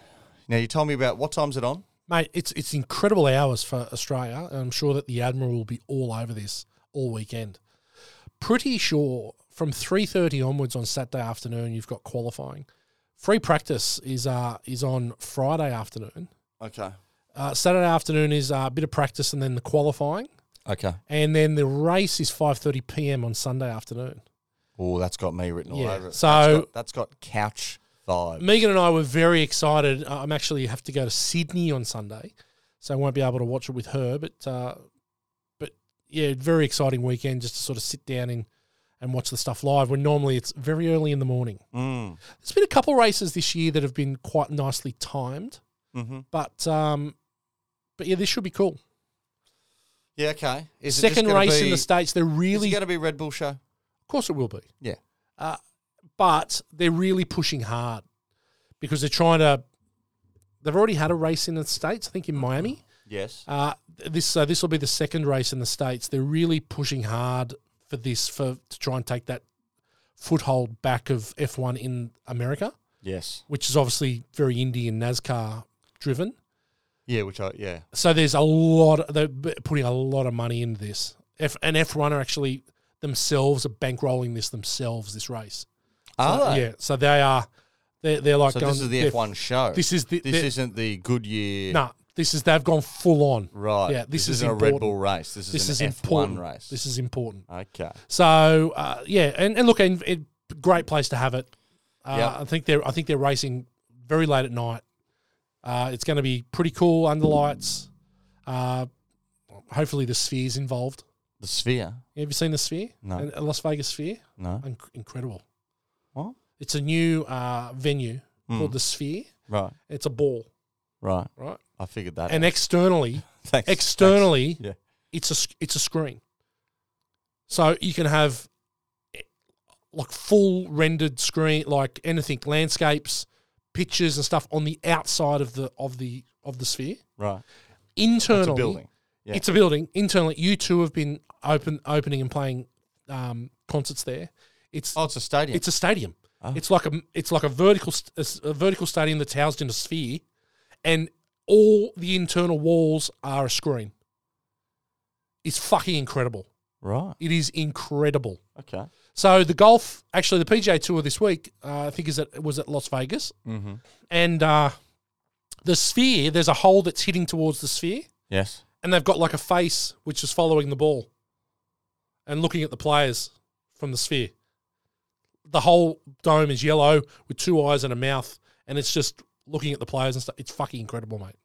B: Now you told me about what time's it on?
A: mate. It's it's incredible hours for Australia, and I'm sure that the admiral will be all over this all weekend. Pretty sure from three thirty onwards on Saturday afternoon, you've got qualifying. Free practice is uh is on Friday afternoon.
B: Okay.
A: Uh, Saturday afternoon is uh, a bit of practice, and then the qualifying,
B: Okay.
A: and then the race is five thirty p.m. on Sunday afternoon.
B: Oh, that's got me written all
A: Yeah,
B: over it.
A: so-
B: that's got, that's got couch vibe.
A: Megan and I were very excited. Uh, I'm actually have to go to Sydney on Sunday, so I won't be able to watch it with her. But uh, but yeah, very exciting weekend just to sort of sit down and and watch the stuff live. When normally it's very early in the morning.
B: Mm.
A: There's been a couple races this year that have been quite nicely timed,
B: hmm
A: but um, but yeah, this should be cool.
B: Yeah. Okay. Is it just
A: Second
B: gonna
A: race in
B: be-
A: the states. They're
B: Is
A: really,
B: it going
A: of
B: to be Red Bull show?
A: course, it will be.
B: Yeah.
A: Uh, but they're really pushing hard because they're trying to. They've already had a race in the states. I think in Miami.
B: Yes.
A: Uh, this so this will be the second race in the states. They're really pushing hard for this for to try and take that foothold back of F one in America,
B: Yes.
A: which is obviously very Indy and NASCAR driven.
B: Yeah. Which I yeah.
A: So there's a lot. They're b- putting a lot of money into this. F and F one are actually themselves are bankrolling this themselves. This race,
B: Are
A: Uh,
B: they?
A: yeah. So they are. They're, they're like
B: Ah. So
A: going,
B: this is the
A: they're-
B: F one show.
A: This is the.
B: this isn't the Goodyear.
A: no. This is they've gone full on.
B: Right.
A: Yeah. This, is
B: isn't a Red
A: important.
B: Bull race. This is
A: This
B: an
A: is
B: F
A: important.
B: one race.
A: This is important.
B: okay.
A: So uh, yeah, and, and look, and, it, great place to have it. Uh,
B: Yeah.
A: I think they're I think they're racing very late at night. Uh, it's going to be pretty cool under lights. Uh, hopefully, the sphere's involved.
B: The Sphere.
A: Have you seen the sphere?
B: No.
A: And- uh, Las Vegas Sphere,
B: No.
A: Inc- incredible.
B: What?
A: It's a new uh, venue called
B: Mm.
A: the Sphere.
B: Right.
A: It's a ball,
B: Right.
A: right?
B: I figured that.
A: And externally,
B: Thanks.
A: externally,
B: Yeah.
A: it's a sc- it's a screen. So you can have eh, like full rendered screen, like anything, landscapes, pictures, and stuff on the outside of the of the of the sphere.
B: Right.
A: Internally,
B: It's a building. Yeah.
A: it's a building. Internally, you two have been open opening and playing um, concerts there. It's
B: Oh, it's a stadium.
A: it's a stadium. It's like a it's like a vertical st- a s- a vertical stadium that's housed in a sphere, and all the internal walls are a screen. It's fucking incredible.
B: right.
A: It is incredible.
B: Okay.
A: So the golf, actually, the PGA Tour this week, uh, I think is at was at Las Vegas,
B: Mm-hmm.
A: and uh, the sphere. There's a hole that's hitting towards the sphere,
B: Yes.
A: and they've got like a face which is following the ball and looking at the players from the sphere. The whole dome is yellow with two eyes and a mouth, and it's just looking at the players and stuff. It's fucking incredible, mate.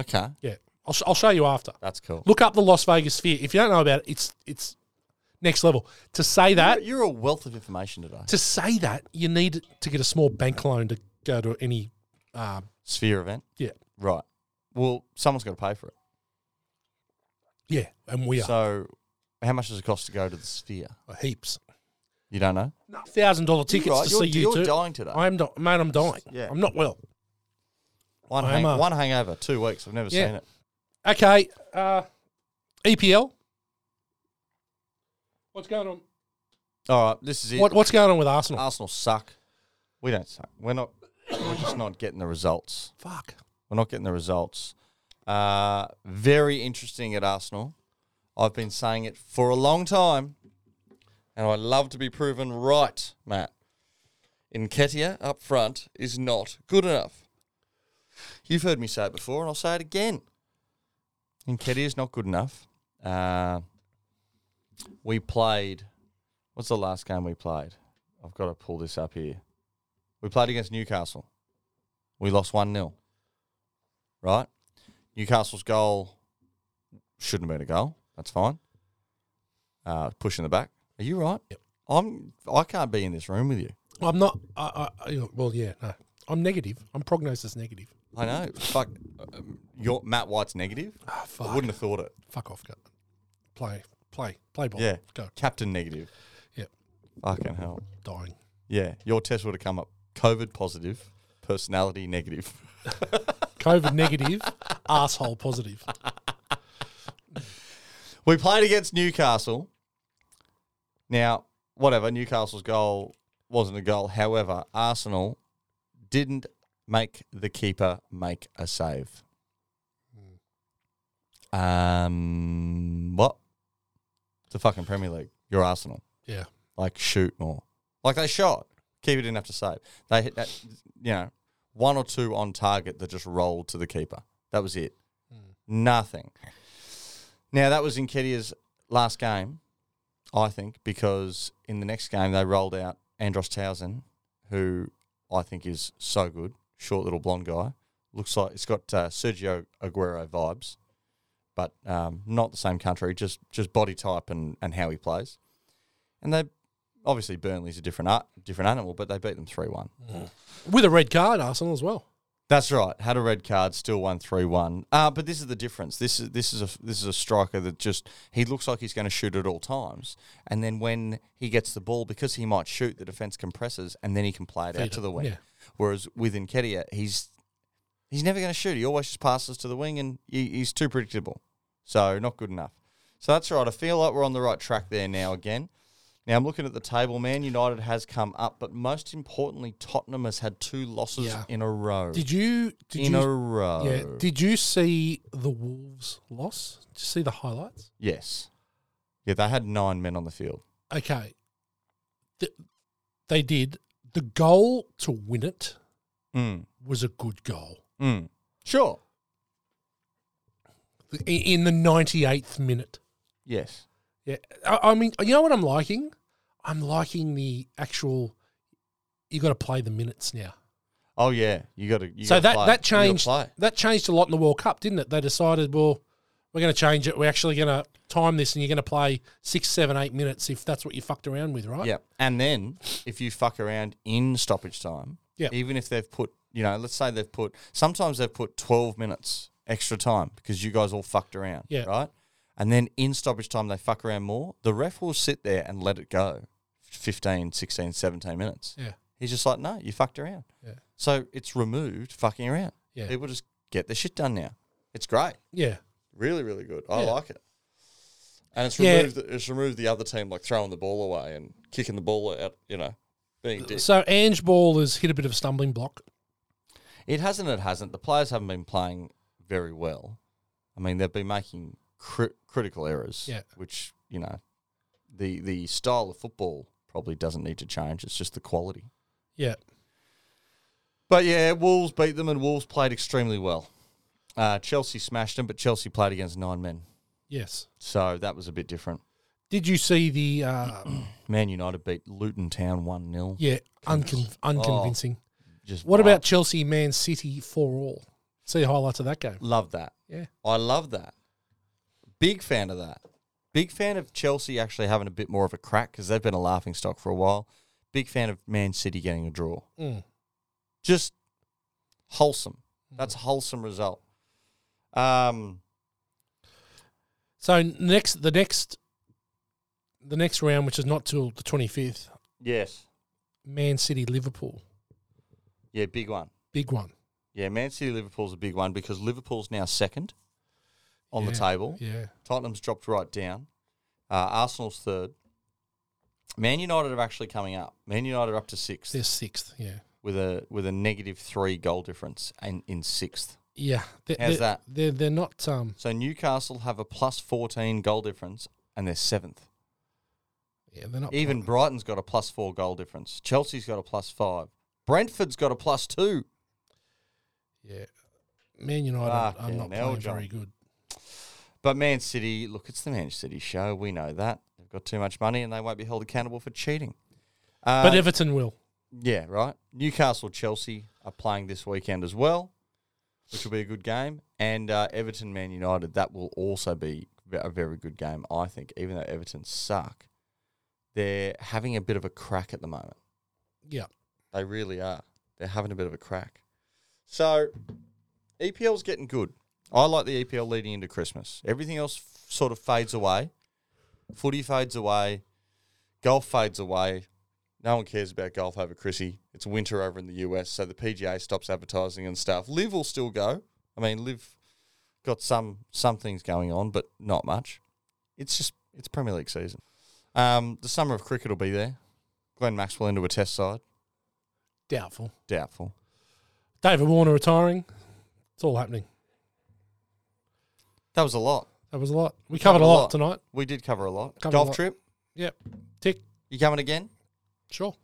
B: Okay.
A: Yeah, I'll, sh- I'll show you after.
B: That's cool.
A: Look up the Las Vegas sphere. If you don't know about it, it's it's next level. To say that
B: You're, you're a wealth of information today.
A: to say that you need to get a small bank loan to go to any um,
B: Sphere event.
A: yeah
B: Right. Well, someone's got to pay for it.
A: yeah and we are
B: So, how much does it cost to go to the Sphere?
A: heaps
B: You don't know.
A: thousand dollar tickets
B: You're right,
A: to
B: you're,
A: see
B: you're
A: you too
B: dying today.
A: i'm not mate i'm dying
B: Yeah.
A: i'm not well
B: One,
A: I
B: hang,
A: am a-
B: one hangover, two weeks. I've never
A: Yeah.
B: seen it.
A: okay uh epl what's going on
B: All right, this is it.
A: what, what's going on with arsenal
B: Arsenal suck. We don't suck. We're not. We're just not getting the results.
A: fuck
B: We're not getting the results. Uh, very interesting at Arsenal. I've been saying it for a long time, and I love to be proven right, Matt. Nketiah up front is not good enough. You've heard me say it before, and I'll say it again. Nketiah is not good enough. Uh, we played. What's the last game we played? I've got to pull this up here. We played against Newcastle. We lost 1 0 right? Newcastle's goal shouldn't have been a goal. That's fine. Uh, pushing the back. Are you right?
A: Yep.
B: I'm. I can't be in this room with you.
A: i'm not I, I, I well yeah no i'm negative i'm prognosis negative
B: I know. Fuck. Um, your Matt White's negative.
A: ah
B: I
A: fuck
B: wouldn't have thought it.
A: fuck off go play play play ball
B: Yeah.
A: go
B: Captain negative.
A: Yep.
B: Fucking hell.
A: dying
B: Yeah. Your test would have come up COVID positive, personality negative.
A: covid negative asshole positive
B: We played against Newcastle. Now, whatever, Newcastle's goal wasn't a goal. However, Arsenal didn't make the keeper make a save. Um, what? It's a fucking Premier League. You're Arsenal.
A: yeah
B: Like, shoot more. Like, they shot. Keeper didn't have to save. They hit that, you know, one or two on target that just rolled to the keeper. That was it. Nothing. Now that was in Kedia's last game, I think, because in the next game they rolled out Andros Towson, who I think is so good, short little blonde guy. Looks like it's got uh, Sergio Aguero vibes, but um, not the same country. Just just body type and, and how he plays. And they obviously Burnley's a different art, different animal, but they beat them three one.
A: with a red card arsenal as well
B: That's right. Had a red card, still won three one. Uh, but this is the difference. This is this is a this is a striker that just he looks like he's going to shoot at all times, and then when he gets the ball, because he might shoot, the defense compresses, and then he can play it out
A: Feed
B: to
A: it,
B: the wing.
A: yeah.
B: Whereas with Nketiah, he's he's never going to shoot. He always just passes to the wing, and he, he's too predictable. So not good enough. So that's right. I feel like we're on the right track there now again. Now I'm looking at the table, man. United has come up, but most importantly, Tottenham has had two losses
A: Yeah.
B: in a row
A: Did you did
B: in
A: you
B: a row.
A: yeah? Did you see the Wolves loss? Did you see the highlights?
B: yes. Yeah, they had nine men on the field.
A: Okay, Th- they did. The goal to win it
B: Mm.
A: was a good goal
B: Mm. Sure.
A: I- in the ninety eighth minute.
B: Yes.
A: Yeah, I, I mean, you know what I'm liking? I'm liking the actual. You got to play the minutes now.
B: Oh yeah, you got to.
A: so that
B: play.
A: that
B: You gotta
A: changed
B: play.
A: that changed a lot in the World Cup, didn't it? They decided, well, we're going to change it. We're actually going to time this, and you're going to play six, seven, eight minutes if that's what you fucked around with, right?
B: Yeah, and then if you fuck around in stoppage time,
A: Yeah.
B: even if they've put, you know, let's say they've put, sometimes they've put twelve minutes extra time because you guys all fucked around,
A: Yeah.
B: right? and then in stoppage time they fuck around more, the ref will sit there and let it go 15, 16, 17 minutes.
A: Yeah.
B: He's just like, no, you fucked around.
A: Yeah.
B: So it's removed fucking around.
A: Yeah.
B: People just get their shit done now. It's great.
A: Yeah.
B: Really, really good. I
A: Yeah.
B: like it. And it's
A: Yeah.
B: removed. It's removed the other team like throwing the ball away and kicking the ball out. You know, being dick.
A: So Ange Ball has hit a bit of a stumbling block.
B: It hasn't. It hasn't. The players haven't been playing very well. I mean, they've been making cri- critical errors.
A: Yeah.
B: Which you know, the the style of football probably doesn't need to change. It's just the quality.
A: Yeah.
B: But yeah, Wolves beat them, and Wolves played extremely well. Uh, Chelsea smashed them, but Chelsea played against nine men,
A: Yes.
B: so that was a bit different.
A: Did you see the uh,
B: Man United beat Luton Town one 0
A: yeah uncon- unconvincing?
B: Just
A: What
B: wow.
A: about Chelsea, Man City, for all? See the highlights of that game.
B: Love that.
A: Yeah.
B: I love that. Big fan of that. Big fan of Chelsea actually having a bit more of a crack because they've been a laughing stock for a while. Big fan of Man City getting a draw.
A: Mm.
B: Just wholesome. That's a wholesome result. Um,
A: So next, the next, the next round, which is not till the twenty fifth,
B: yes.
A: Man City, Liverpool,
B: Yeah, big one.
A: big one.
B: Yeah, Man City Liverpool's a big one because Liverpool's now second on the
A: Yeah.
B: table.
A: Yeah.
B: Tottenham's dropped right down. Uh, Arsenal's third. Man United are actually coming up. Man United are up to sixth.
A: They're sixth. Yeah.
B: with a with a negative three goal difference and in sixth.
A: Yeah. They're,
B: How's
A: they're,
B: that?
A: They're they're not um
B: So Newcastle have a plus fourteen goal difference and they're seventh.
A: yeah they're not
B: Even Brighton's got a plus four goal difference. Chelsea's got a plus five. Brentford's got a plus two.
A: yeah. Man United
B: Ah,
A: are
B: yeah,
A: not
B: now,
A: playing
B: John.
A: very good.
B: But Man City, look, it's the Man City show. We know that they've got too much money and they won't be held accountable for cheating. Uh,
A: But Everton will.
B: yeah, right. Newcastle, Chelsea are playing this weekend as well, which will be a good game. And uh, Everton, Man United, that will also be ve- a very good game, I think. Even though Everton suck, they're having a bit of a crack at the moment.
A: Yeah.
B: They really are. They're having a bit of a crack. So EPL's getting good. I like the EPL leading into Christmas. Everything else f- sort of fades away. Footy fades away. Golf fades away. No one cares about golf over Chrissy. It's winter over in the US, so the PGA stops advertising and stuff. Live will still go. I mean, Live got some some things going on, but not much. It's just it's Premier League season. Um, the summer of cricket will be there. Glenn Maxwell into a test side.
A: Doubtful.
B: Doubtful.
A: David Warner retiring. It's all happening.
B: That was a lot.
A: That was a lot. We covered a lot, tonight.
B: We did cover a lot.
A: Covered a
B: Golf
A: lot.
B: trip.
A: Yep. Tick.
B: You coming again?
A: Sure.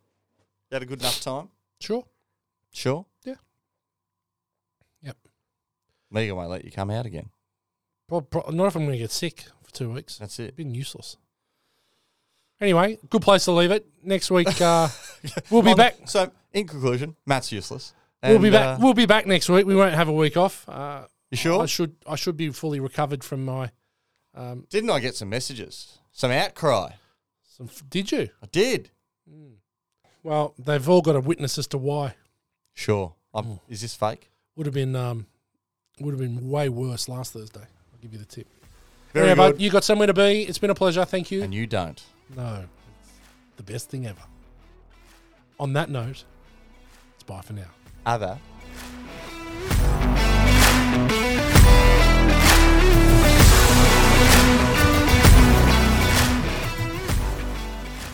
B: You had a good enough time.
A: Sure.
B: Sure.
A: Yeah. Yep.
B: Mega won't let you come out again.
A: Pro- pro- not if I'm going to get sick for two weeks.
B: That's it.
A: been useless. Anyway, good place to leave it. Next week, uh, we'll be back.
B: So, in conclusion, Matt's useless.
A: We'll be
B: And,
A: back.
B: uh,
A: we'll be back next week. We won't have a week off. Uh,
B: you sure?
A: I should. I should be fully recovered from my. Um,
B: Didn't I get some messages? Some outcry.
A: some, did you?
B: I did.
A: Well, they've all got a witness as to why.
B: Sure.
A: Hmm.
B: I'm, is this fake?
A: Would have been. Um, would have been way worse last Thursday. I'll give you the tip.
B: Very
A: Anyway,
B: good.
A: you got somewhere to be. It's been a pleasure. Thank you.
B: and you don't.
A: no, it's the best thing ever. On that note, it's bye for now.
B: Other.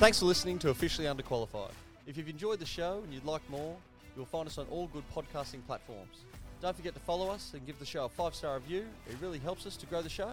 B: Thanks for listening to Officially Underqualified. If you've enjoyed the show and you'd like more, you'll find us on all good podcasting platforms. Don't forget to follow us and give the show a five star review, it really helps us to grow the show.